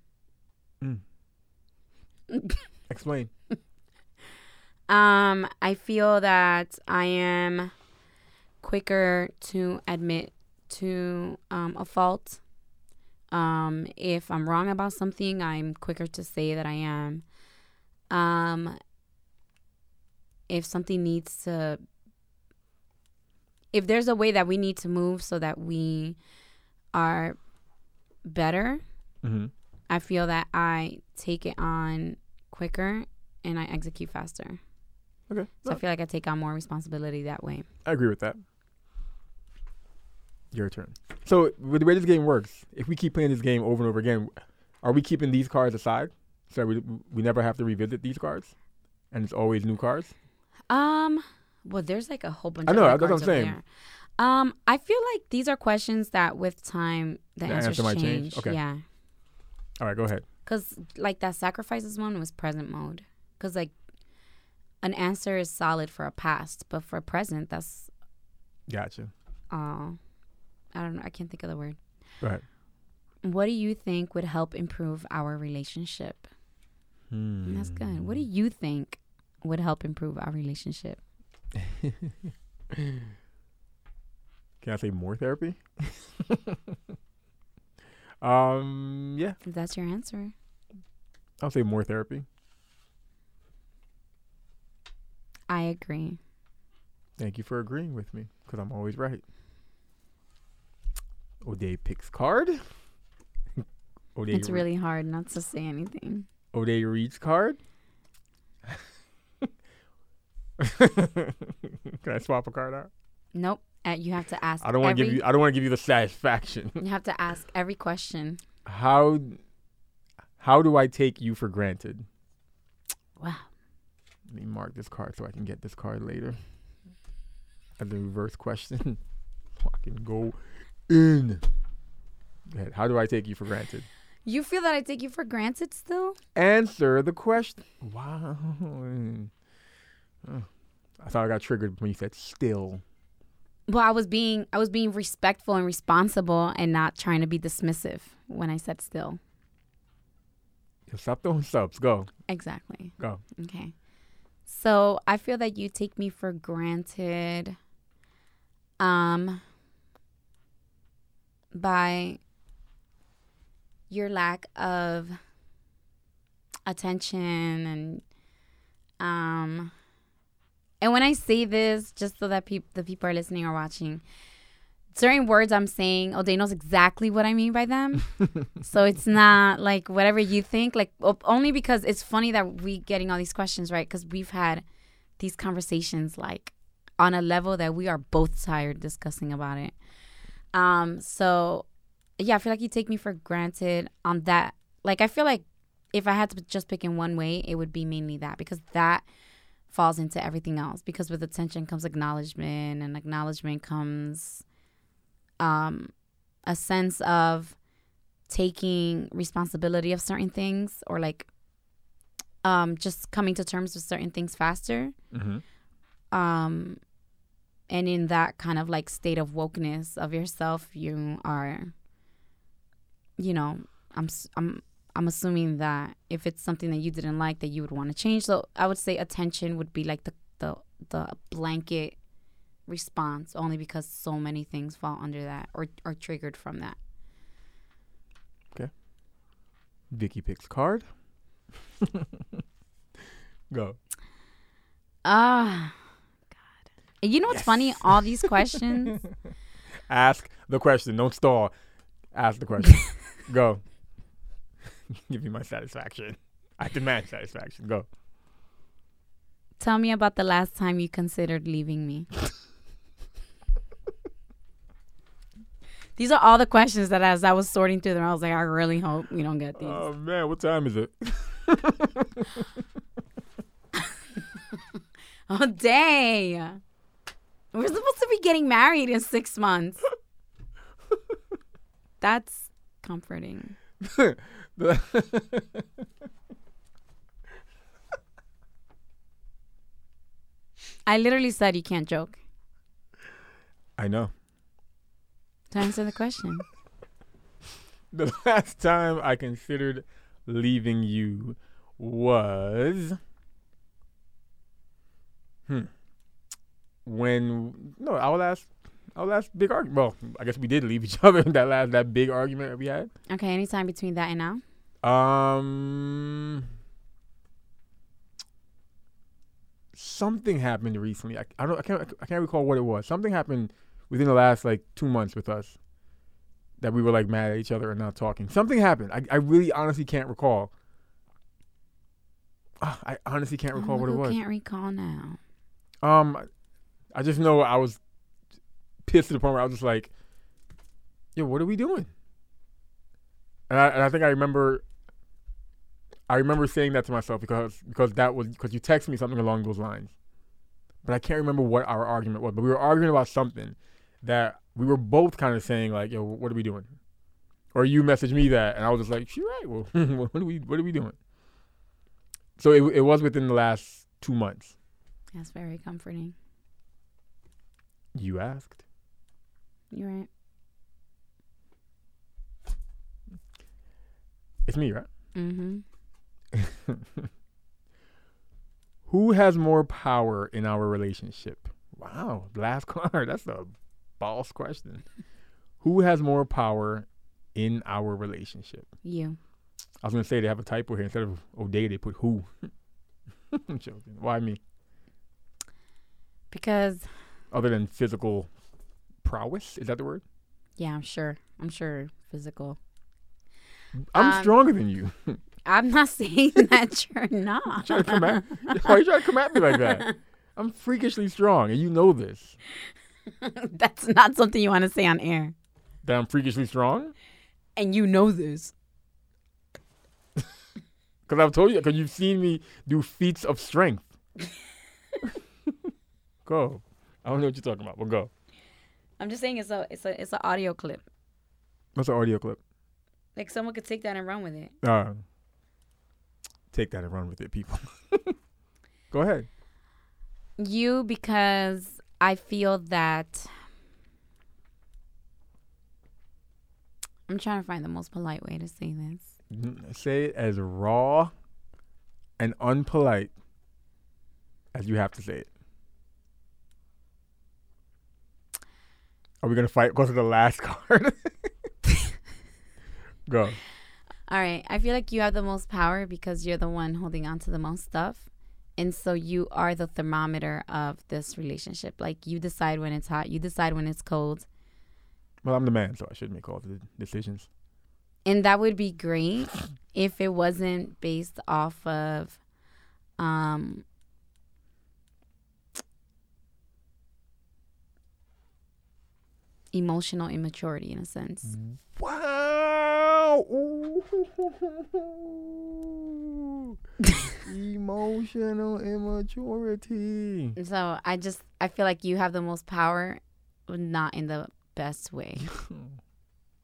[SPEAKER 1] Explain.
[SPEAKER 2] Um, I feel that I am quicker to admit to um, a fault. Um, if I'm wrong about something, I'm quicker to say that I am. Um, if something needs to, if there's a way that we need to move so that we are better,
[SPEAKER 1] hmm
[SPEAKER 2] I feel that I take it on quicker and I execute faster.
[SPEAKER 1] Okay.
[SPEAKER 2] So I feel like I take on more responsibility that way.
[SPEAKER 1] I agree with that. Your turn. So, with the way this game works, if we keep playing this game over and over again, are we keeping these cards aside? so we we never have to revisit these cards, and it's always new cards.
[SPEAKER 2] Um, well, there's like a whole bunch.
[SPEAKER 1] I know,
[SPEAKER 2] of
[SPEAKER 1] that's what
[SPEAKER 2] cards
[SPEAKER 1] I'm
[SPEAKER 2] over
[SPEAKER 1] saying.
[SPEAKER 2] there. Um, I feel like these are questions that with time the,
[SPEAKER 1] The answer
[SPEAKER 2] answers
[SPEAKER 1] might
[SPEAKER 2] change.
[SPEAKER 1] change? Okay.
[SPEAKER 2] Yeah,
[SPEAKER 1] All right, go ahead.
[SPEAKER 2] because like that sacrifices one was present mode. Because like an answer is solid for a past, but for present, that's
[SPEAKER 1] Gotcha.
[SPEAKER 2] uh, I don't know. I can't think of the word.
[SPEAKER 1] Go ahead.
[SPEAKER 2] What do you think would help improve our relationship?
[SPEAKER 1] Hmm.
[SPEAKER 2] That's good. What do you think would help improve our relationship?
[SPEAKER 1] Can I say more therapy? um, yeah,
[SPEAKER 2] If that's your answer.
[SPEAKER 1] I'll say more therapy.
[SPEAKER 2] I agree.
[SPEAKER 1] Thank you for agreeing with me because I'm always right. O'Day picks card. O'Day,
[SPEAKER 2] it's really hard not to say anything.
[SPEAKER 1] O'Day reads card. Can I swap a card out?
[SPEAKER 2] Nope. Uh, you have to ask.
[SPEAKER 1] I don't want to give
[SPEAKER 2] every-
[SPEAKER 1] you. I don't want to give you the satisfaction.
[SPEAKER 2] You have to ask every question.
[SPEAKER 1] How how do I take you for granted?
[SPEAKER 2] Wow.
[SPEAKER 1] Let me mark this card so I can get this card later. As a reverse question, so I can go in. Go ahead. How do I take you for granted?
[SPEAKER 2] You feel that I take you for granted still?
[SPEAKER 1] Answer the question. Wow. Ugh. I thought I got triggered when you said still.
[SPEAKER 2] Well, I was being I was being respectful and responsible and not trying to be dismissive when I said still.
[SPEAKER 1] Stop throwing subs. Go.
[SPEAKER 2] Exactly.
[SPEAKER 1] Go.
[SPEAKER 2] Okay. So I feel that you take me for granted um by your lack of attention and um and when I say this, just so that peop- the people are listening or watching, certain words I'm saying, O'Day knows exactly what I mean by them. so it's not like whatever you think, like o- only because it's funny that we getting all these questions, right? Because we've had these conversations like on a level that we are both tired discussing about it. Um, so yeah, I feel like you take me for granted on that. Like I feel like if I had to just pick in one way, it would be mainly that because that falls into everything else. Because with attention comes acknowledgement, and acknowledgement comes um, a sense of taking responsibility of certain things or like um, just coming to terms with certain things faster
[SPEAKER 1] Mm-hmm.
[SPEAKER 2] um and in that kind of like state of wokeness of yourself you are you know i'm s- i'm i'm assuming that if it's something that you didn't like that you would want to change so i would say attention would be like the the the blanket response only because so many things fall under that or are triggered from that
[SPEAKER 1] Vicky picks card. Go.
[SPEAKER 2] ah god and you know what's funny
[SPEAKER 1] Yes.
[SPEAKER 2] all these questions
[SPEAKER 1] Ask the question. Don't stall. Ask the question. Go. Give me my satisfaction. I demand satisfaction. Go.
[SPEAKER 2] tell me about the last time you considered leaving me These are all the questions that as I was sorting through them, I was like, I really hope we don't get these.
[SPEAKER 1] Oh man, what time is it?
[SPEAKER 2] oh, dang. We're supposed to be getting married in six months. That's comforting. I literally said you can't joke
[SPEAKER 1] I know.
[SPEAKER 2] to answer the question.
[SPEAKER 1] The last time I considered leaving you was hmm. when no our last our last big argument. Well, I guess we did leave each other in that last that big argument that we had.
[SPEAKER 2] Okay, anytime between that and now?
[SPEAKER 1] Um, something happened recently. I, I don't. I can't. I can't recall what it was. Something happened within the last like two months with us that we were like mad at each other and not talking. Something happened. I, I really honestly can't recall. Ah, I honestly can't recall what it
[SPEAKER 2] Who
[SPEAKER 1] was.
[SPEAKER 2] can't recall now.
[SPEAKER 1] Um, I- I just know I was pissed to the point where I was just like, "Yo, what are we doing?" And I, and I think I remember I remember saying that to myself because because that was because you texted me something along those lines, but I can't remember what our argument was. But we were arguing about something that we were both kind of saying like, "Yo, what are we doing?" Or you messaged me that, and I was just like, "She right? Well, what are we what are we doing?" So it it was within the last two months.
[SPEAKER 2] That's very comforting.
[SPEAKER 1] You asked.
[SPEAKER 2] You're right.
[SPEAKER 1] It's me, right?
[SPEAKER 2] Mm-hmm.
[SPEAKER 1] Who has more power in our relationship? Wow, last card. That's a boss question. Who has more power in our relationship?
[SPEAKER 2] You.
[SPEAKER 1] I was gonna say they have a typo here instead of O'Day they put who. I'm joking. Why me?
[SPEAKER 2] Because
[SPEAKER 1] Other than physical prowess, is that the word?
[SPEAKER 2] yeah, I'm sure. I'm sure physical.
[SPEAKER 1] I'm
[SPEAKER 2] Um,
[SPEAKER 1] stronger than you.
[SPEAKER 2] I'm not saying that you're not.
[SPEAKER 1] trying to come at why you trying to come at me like that? I'm freakishly strong, and you know this.
[SPEAKER 2] That's not something you want to say on air.
[SPEAKER 1] That I'm freakishly strong
[SPEAKER 2] And you know this.
[SPEAKER 1] because I've told you because you've seen me do feats of strength. go. I don't know what you're talking about, but go.
[SPEAKER 2] I'm just saying it's a it's a it's an audio clip.
[SPEAKER 1] What's the audio clip?
[SPEAKER 2] Like someone could take that and run with it.
[SPEAKER 1] Uh, take that and run with it, people. go ahead.
[SPEAKER 2] You because I feel that I'm trying to find the most polite way to say this.
[SPEAKER 1] N- Say it as raw and unpolite as you have to say it. Are we gonna fight? Go to the last card. Go.
[SPEAKER 2] All right. I feel like you have the most power because you're the one holding on to the most stuff. And so you are the thermometer of this relationship. Like you decide when it's hot, you decide when it's cold.
[SPEAKER 1] Well, I'm the man, so I should make all the decisions.
[SPEAKER 2] And that would be great if it wasn't based off of um emotional immaturity in a sense.
[SPEAKER 1] Mm-hmm. Wow. Ooh. Emotional immaturity.
[SPEAKER 2] And so I just I feel like you have the most power but not in the best way.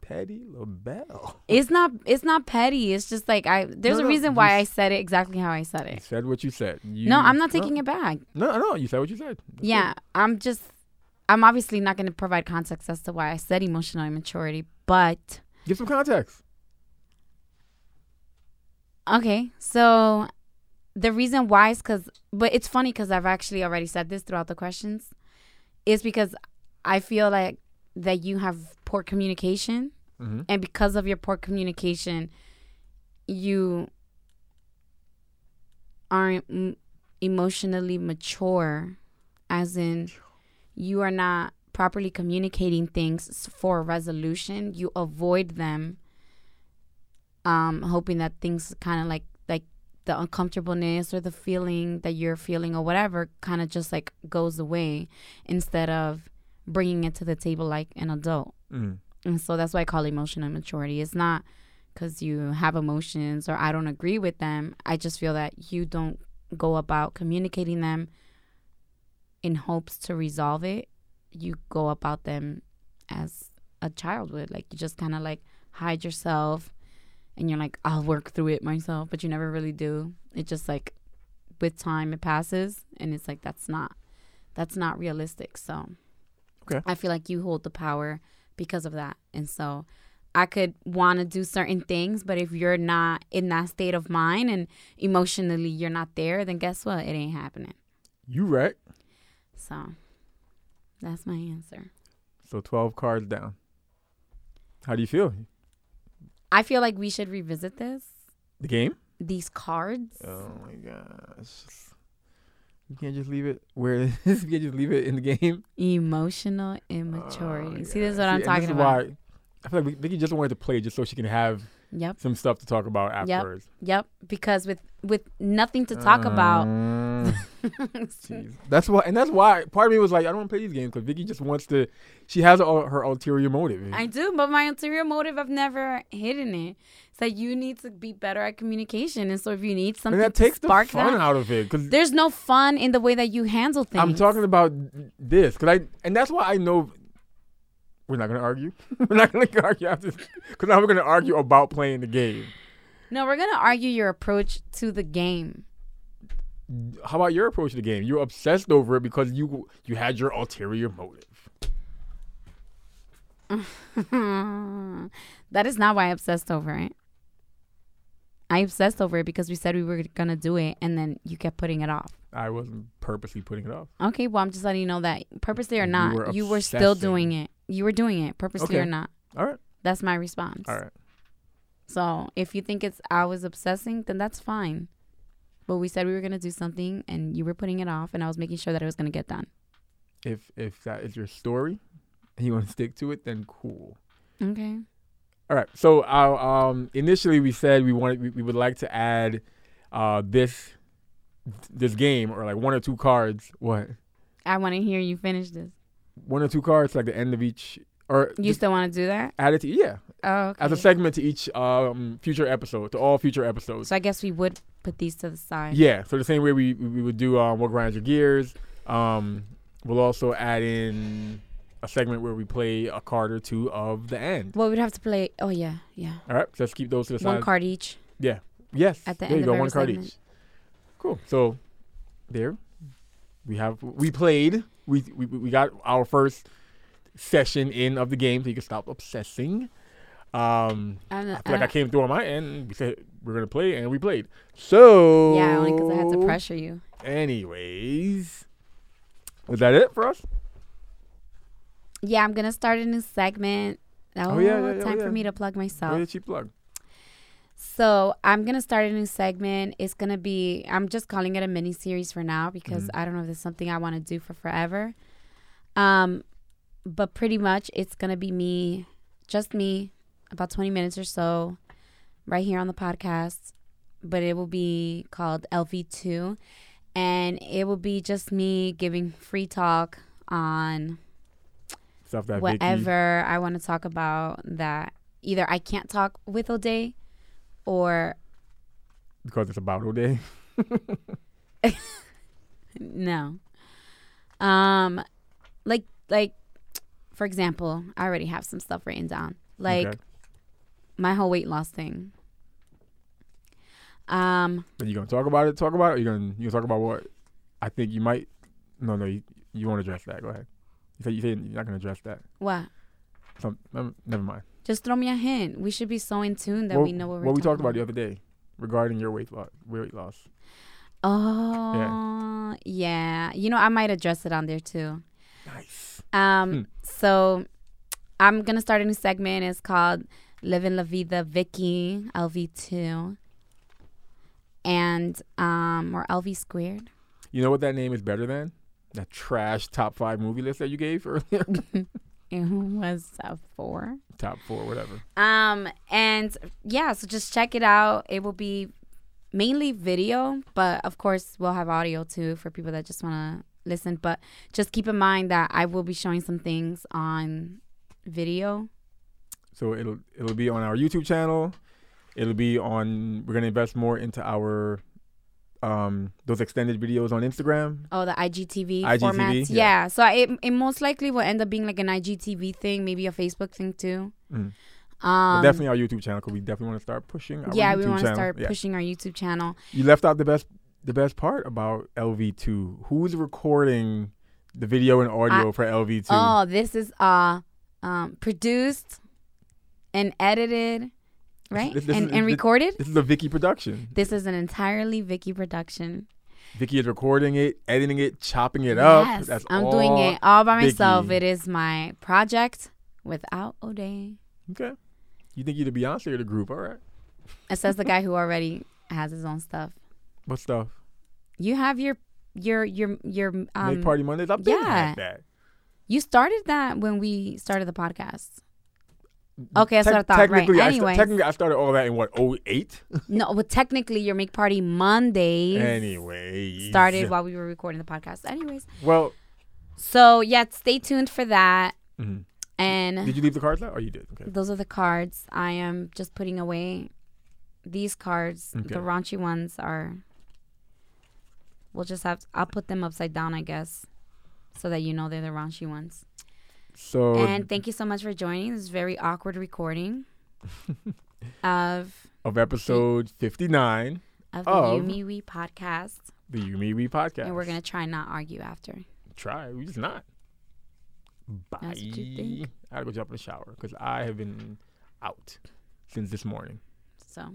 [SPEAKER 1] Patty LaBelle.
[SPEAKER 2] It's not. It's not petty. It's just like I. There's
[SPEAKER 1] No,
[SPEAKER 2] a
[SPEAKER 1] no,
[SPEAKER 2] reason why
[SPEAKER 1] you
[SPEAKER 2] I
[SPEAKER 1] s-
[SPEAKER 2] said it exactly how I said
[SPEAKER 1] You
[SPEAKER 2] it.
[SPEAKER 1] said what you said. You,
[SPEAKER 2] no, I'm not taking it back.
[SPEAKER 1] No, no, you said what you said. That's
[SPEAKER 2] Yeah, I'm just. I'm obviously not going to provide context as to why I said emotional immaturity, but
[SPEAKER 1] it. Give some context.
[SPEAKER 2] okay. So the reason why is because, but it's funny because I've actually already said this throughout the questions, is because I feel like that you have poor communication.
[SPEAKER 1] Mm-hmm.
[SPEAKER 2] and because of your poor communication you aren't m- emotionally mature as in you are not properly communicating things s- for resolution you avoid them um hoping that things kind of like like the uncomfortableness or the feeling that you're feeling or whatever kind of just like goes away instead of bringing it to the table like an adult
[SPEAKER 1] Mm.
[SPEAKER 2] and so that's why I call emotional immaturity. It's not because you have emotions or I don't agree with them. I just feel that you don't go about communicating them in hopes to resolve it. You go about them as a child would. Like you just kind of like hide yourself and you're like, I'll work through it myself, but you never really do. It just like with time it passes and it's like that's not that's not realistic. So
[SPEAKER 1] Okay.
[SPEAKER 2] I feel like you hold the power because of that. And so I could want to do certain things, but if you're not in that state of mind and emotionally you're not there, then guess what? It ain't happening.
[SPEAKER 1] You right.
[SPEAKER 2] So that's my answer.
[SPEAKER 1] So 12 cards down. How do you feel?
[SPEAKER 2] I feel like we should revisit this,
[SPEAKER 1] The game?
[SPEAKER 2] these cards.
[SPEAKER 1] Oh my gosh. You can't just leave it where it is. You can't just leave it in the game.
[SPEAKER 2] Emotional
[SPEAKER 1] Oh my
[SPEAKER 2] immaturity.
[SPEAKER 1] God.
[SPEAKER 2] See, this is what
[SPEAKER 1] See, and
[SPEAKER 2] I'm talking
[SPEAKER 1] this is
[SPEAKER 2] about.
[SPEAKER 1] Why I feel like Vicky just wanted to play just so she can have
[SPEAKER 2] Yep.
[SPEAKER 1] some stuff to talk about afterwards.
[SPEAKER 2] Yep. Because with with nothing to talk about.
[SPEAKER 1] Mm, jeez. that's why, and that's why part of me was like, I don't want to play these games because Vicky just wants to. She has all her ulterior motive.
[SPEAKER 2] I do, but my ulterior motive, I've never hidden it. It's like you need to be better at communication, and so if you need something
[SPEAKER 1] and that takes
[SPEAKER 2] to spark
[SPEAKER 1] the fun
[SPEAKER 2] that,
[SPEAKER 1] out of it because
[SPEAKER 2] there's no fun in the way that you handle things.
[SPEAKER 1] I'm talking about this because I, and that's why I know we're not gonna argue. we're not gonna argue after because now we're gonna argue about playing the game.
[SPEAKER 2] No, we're gonna argue your approach to the game.
[SPEAKER 1] How about your approach to the game? You're obsessed over it because you you had your ulterior motive.
[SPEAKER 2] that is not why I obsessed over it. I obsessed over it because we said we were gonna do it, and then you kept putting it off.
[SPEAKER 1] I wasn't purposely putting it off.
[SPEAKER 2] Okay, well, I'm just letting you know that purposely or
[SPEAKER 1] You
[SPEAKER 2] not, you
[SPEAKER 1] were
[SPEAKER 2] were, still
[SPEAKER 1] obsessing.
[SPEAKER 2] doing it. You were doing it purposely or
[SPEAKER 1] Okay.
[SPEAKER 2] not.
[SPEAKER 1] All right,
[SPEAKER 2] That's my response.
[SPEAKER 1] all right.
[SPEAKER 2] So if you think it's I was obsessing, then that's fine. But we said we were gonna do something, and you were putting it off, and I was making sure that it was gonna get done.
[SPEAKER 1] If if that is your story and you want to stick to it, then cool.
[SPEAKER 2] Okay.
[SPEAKER 1] All right. So uh, um, initially we said we wanted we, we would like to add uh, this this game or like one or two cards. What
[SPEAKER 2] I want to hear you finish this.
[SPEAKER 1] one or two cards like the end of each or
[SPEAKER 2] You
[SPEAKER 1] just
[SPEAKER 2] still want to do that?
[SPEAKER 1] add it to yeah
[SPEAKER 2] Oh, okay.
[SPEAKER 1] as a segment to each um, future episode to all future episodes.
[SPEAKER 2] So I guess we would put these to the side.
[SPEAKER 1] Yeah. So the same way we we would do um, what grinds your gears. Um, we'll also add in a segment where we play a card or two of the end.
[SPEAKER 2] Well, we'd have to play. Oh yeah, yeah.
[SPEAKER 1] All right. So let's keep those to the side.
[SPEAKER 2] One card each.
[SPEAKER 1] Yes.
[SPEAKER 2] At the
[SPEAKER 1] there
[SPEAKER 2] end
[SPEAKER 1] you
[SPEAKER 2] of
[SPEAKER 1] go,
[SPEAKER 2] every
[SPEAKER 1] one card
[SPEAKER 2] segment.
[SPEAKER 1] each. Cool. So there we have we played. We, we we got our first session in of the game, so you can stop obsessing. Um,
[SPEAKER 2] I'm
[SPEAKER 1] I
[SPEAKER 2] not-
[SPEAKER 1] feel
[SPEAKER 2] I
[SPEAKER 1] like I
[SPEAKER 2] don't-
[SPEAKER 1] came through on my end. and We said we're gonna play, and we played. So
[SPEAKER 2] yeah, only because I had
[SPEAKER 1] Oh.
[SPEAKER 2] to pressure you.
[SPEAKER 1] Anyways, was that it for us?
[SPEAKER 2] Yeah, I'm gonna start a new segment. Oh,
[SPEAKER 1] Oh, yeah, yeah, yeah,
[SPEAKER 2] time
[SPEAKER 1] yeah.
[SPEAKER 2] for me to plug
[SPEAKER 1] Where
[SPEAKER 2] myself.
[SPEAKER 1] did she plug?
[SPEAKER 2] So I'm gonna start a new segment. It's gonna be I'm just calling it a mini series for now because
[SPEAKER 1] Mhm.
[SPEAKER 2] I don't know if it's something I want to do for forever. Um, but pretty much it's gonna be me, just me, about 20 minutes or so, right here on the podcast. But it will be called LV2, and it will be just me giving free talk on
[SPEAKER 1] Stuff that Vicky-
[SPEAKER 2] whatever I want to talk about that either I can't talk with O'Day or
[SPEAKER 1] because it's about O'Day.
[SPEAKER 2] no. Um like like for example, I already have some stuff written down. Like
[SPEAKER 1] okay.
[SPEAKER 2] my whole weight loss thing. Um
[SPEAKER 1] Are you gonna talk about it? Talk about it. Or you gonna you gonna talk about what? I think you might. No, no, you, you won't address that. Go ahead. You said you said you're not gonna address that.
[SPEAKER 2] what?
[SPEAKER 1] Some, um, never mind.
[SPEAKER 2] Just throw me a hint. We should be so in tune that
[SPEAKER 1] Well,
[SPEAKER 2] we know what we're
[SPEAKER 1] we
[SPEAKER 2] talking
[SPEAKER 1] talked about the other day regarding your weight loss. Weight loss.
[SPEAKER 2] Oh yeah. You know, I might address it on there too.
[SPEAKER 1] Nice.
[SPEAKER 2] Um,
[SPEAKER 1] Hmm.
[SPEAKER 2] so I'm gonna start a new segment. It's called "Living La Vida Vicky LV2," and um, or LV squared.
[SPEAKER 1] You know what that name is better than that trash top five movie list that you gave earlier.
[SPEAKER 2] It was a four.
[SPEAKER 1] top four, whatever.
[SPEAKER 2] Um, and yeah, so just check it out. It will be mainly video, but of course we'll have audio too for people that just wanna listen. But just keep in mind that I will be showing some things on video.
[SPEAKER 1] So it'll it'll be on our YouTube channel. It'll be on. We're gonna invest more into our um those extended videos on Instagram.
[SPEAKER 2] Oh, the IGTV,
[SPEAKER 1] IGTV,
[SPEAKER 2] formats.
[SPEAKER 1] yeah.
[SPEAKER 2] Yeah. So it, it most likely will end up being like an IGTV thing, maybe a Facebook thing too.
[SPEAKER 1] Mm. But
[SPEAKER 2] Um,
[SPEAKER 1] definitely our YouTube channel because we definitely want to start pushing. Our
[SPEAKER 2] Yeah,
[SPEAKER 1] YouTube
[SPEAKER 2] we
[SPEAKER 1] want to
[SPEAKER 2] start pushing our YouTube channel.
[SPEAKER 1] You left out the best the best part about LV2. Who's recording the video and audio for LV2?
[SPEAKER 2] Oh, this is uh um, produced and edited, right?
[SPEAKER 1] This- this
[SPEAKER 2] and
[SPEAKER 1] is-
[SPEAKER 2] and
[SPEAKER 1] this-
[SPEAKER 2] recorded.
[SPEAKER 1] This is a Vicky production.
[SPEAKER 2] This is an entirely Vicky production.
[SPEAKER 1] Vicky is recording it, editing it, chopping it up.
[SPEAKER 2] Yes,
[SPEAKER 1] That's
[SPEAKER 2] I'm
[SPEAKER 1] all.
[SPEAKER 2] doing it all by myself.
[SPEAKER 1] Vicky.
[SPEAKER 2] It is my project without O'Day.
[SPEAKER 1] Okay. You think you're the Beyonce or the group? All right.
[SPEAKER 2] It says the guy who already has his own stuff.
[SPEAKER 1] What stuff?
[SPEAKER 2] You have your your your your um
[SPEAKER 1] Make Party Mondays. I've been
[SPEAKER 2] yeah.
[SPEAKER 1] that.
[SPEAKER 2] You started that when we started the podcast. Okay, that's
[SPEAKER 1] Mm, Tec-
[SPEAKER 2] what I thought. Right.
[SPEAKER 1] technically, I sta-
[SPEAKER 2] Anyway,
[SPEAKER 1] technically, I started all that in what 08?
[SPEAKER 2] no, well, technically, your make party Mondays
[SPEAKER 1] Anyway,
[SPEAKER 2] started while we were recording the podcast. Anyways,
[SPEAKER 1] Well,
[SPEAKER 2] so yeah, stay tuned for that.
[SPEAKER 1] mhm.
[SPEAKER 2] And
[SPEAKER 1] did you leave the cards out? Oh, you did. Okay.
[SPEAKER 2] those are the cards. I am just putting away these cards.
[SPEAKER 1] Okay.
[SPEAKER 2] The raunchy ones are. We'll just have. I'll put them upside down, I guess, so that you know they're the raunchy ones.
[SPEAKER 1] So
[SPEAKER 2] And thank you so much for joining. This is very awkward recording of
[SPEAKER 1] of episode 59,
[SPEAKER 2] of the
[SPEAKER 1] Of-
[SPEAKER 2] Yumi We podcast,
[SPEAKER 1] the You Me We podcast.
[SPEAKER 2] and we're gonna try not argue after.
[SPEAKER 1] try. We just not. Bye.
[SPEAKER 2] That's what you think.
[SPEAKER 1] I gotta go jump in the shower because I have been out since this morning.
[SPEAKER 2] So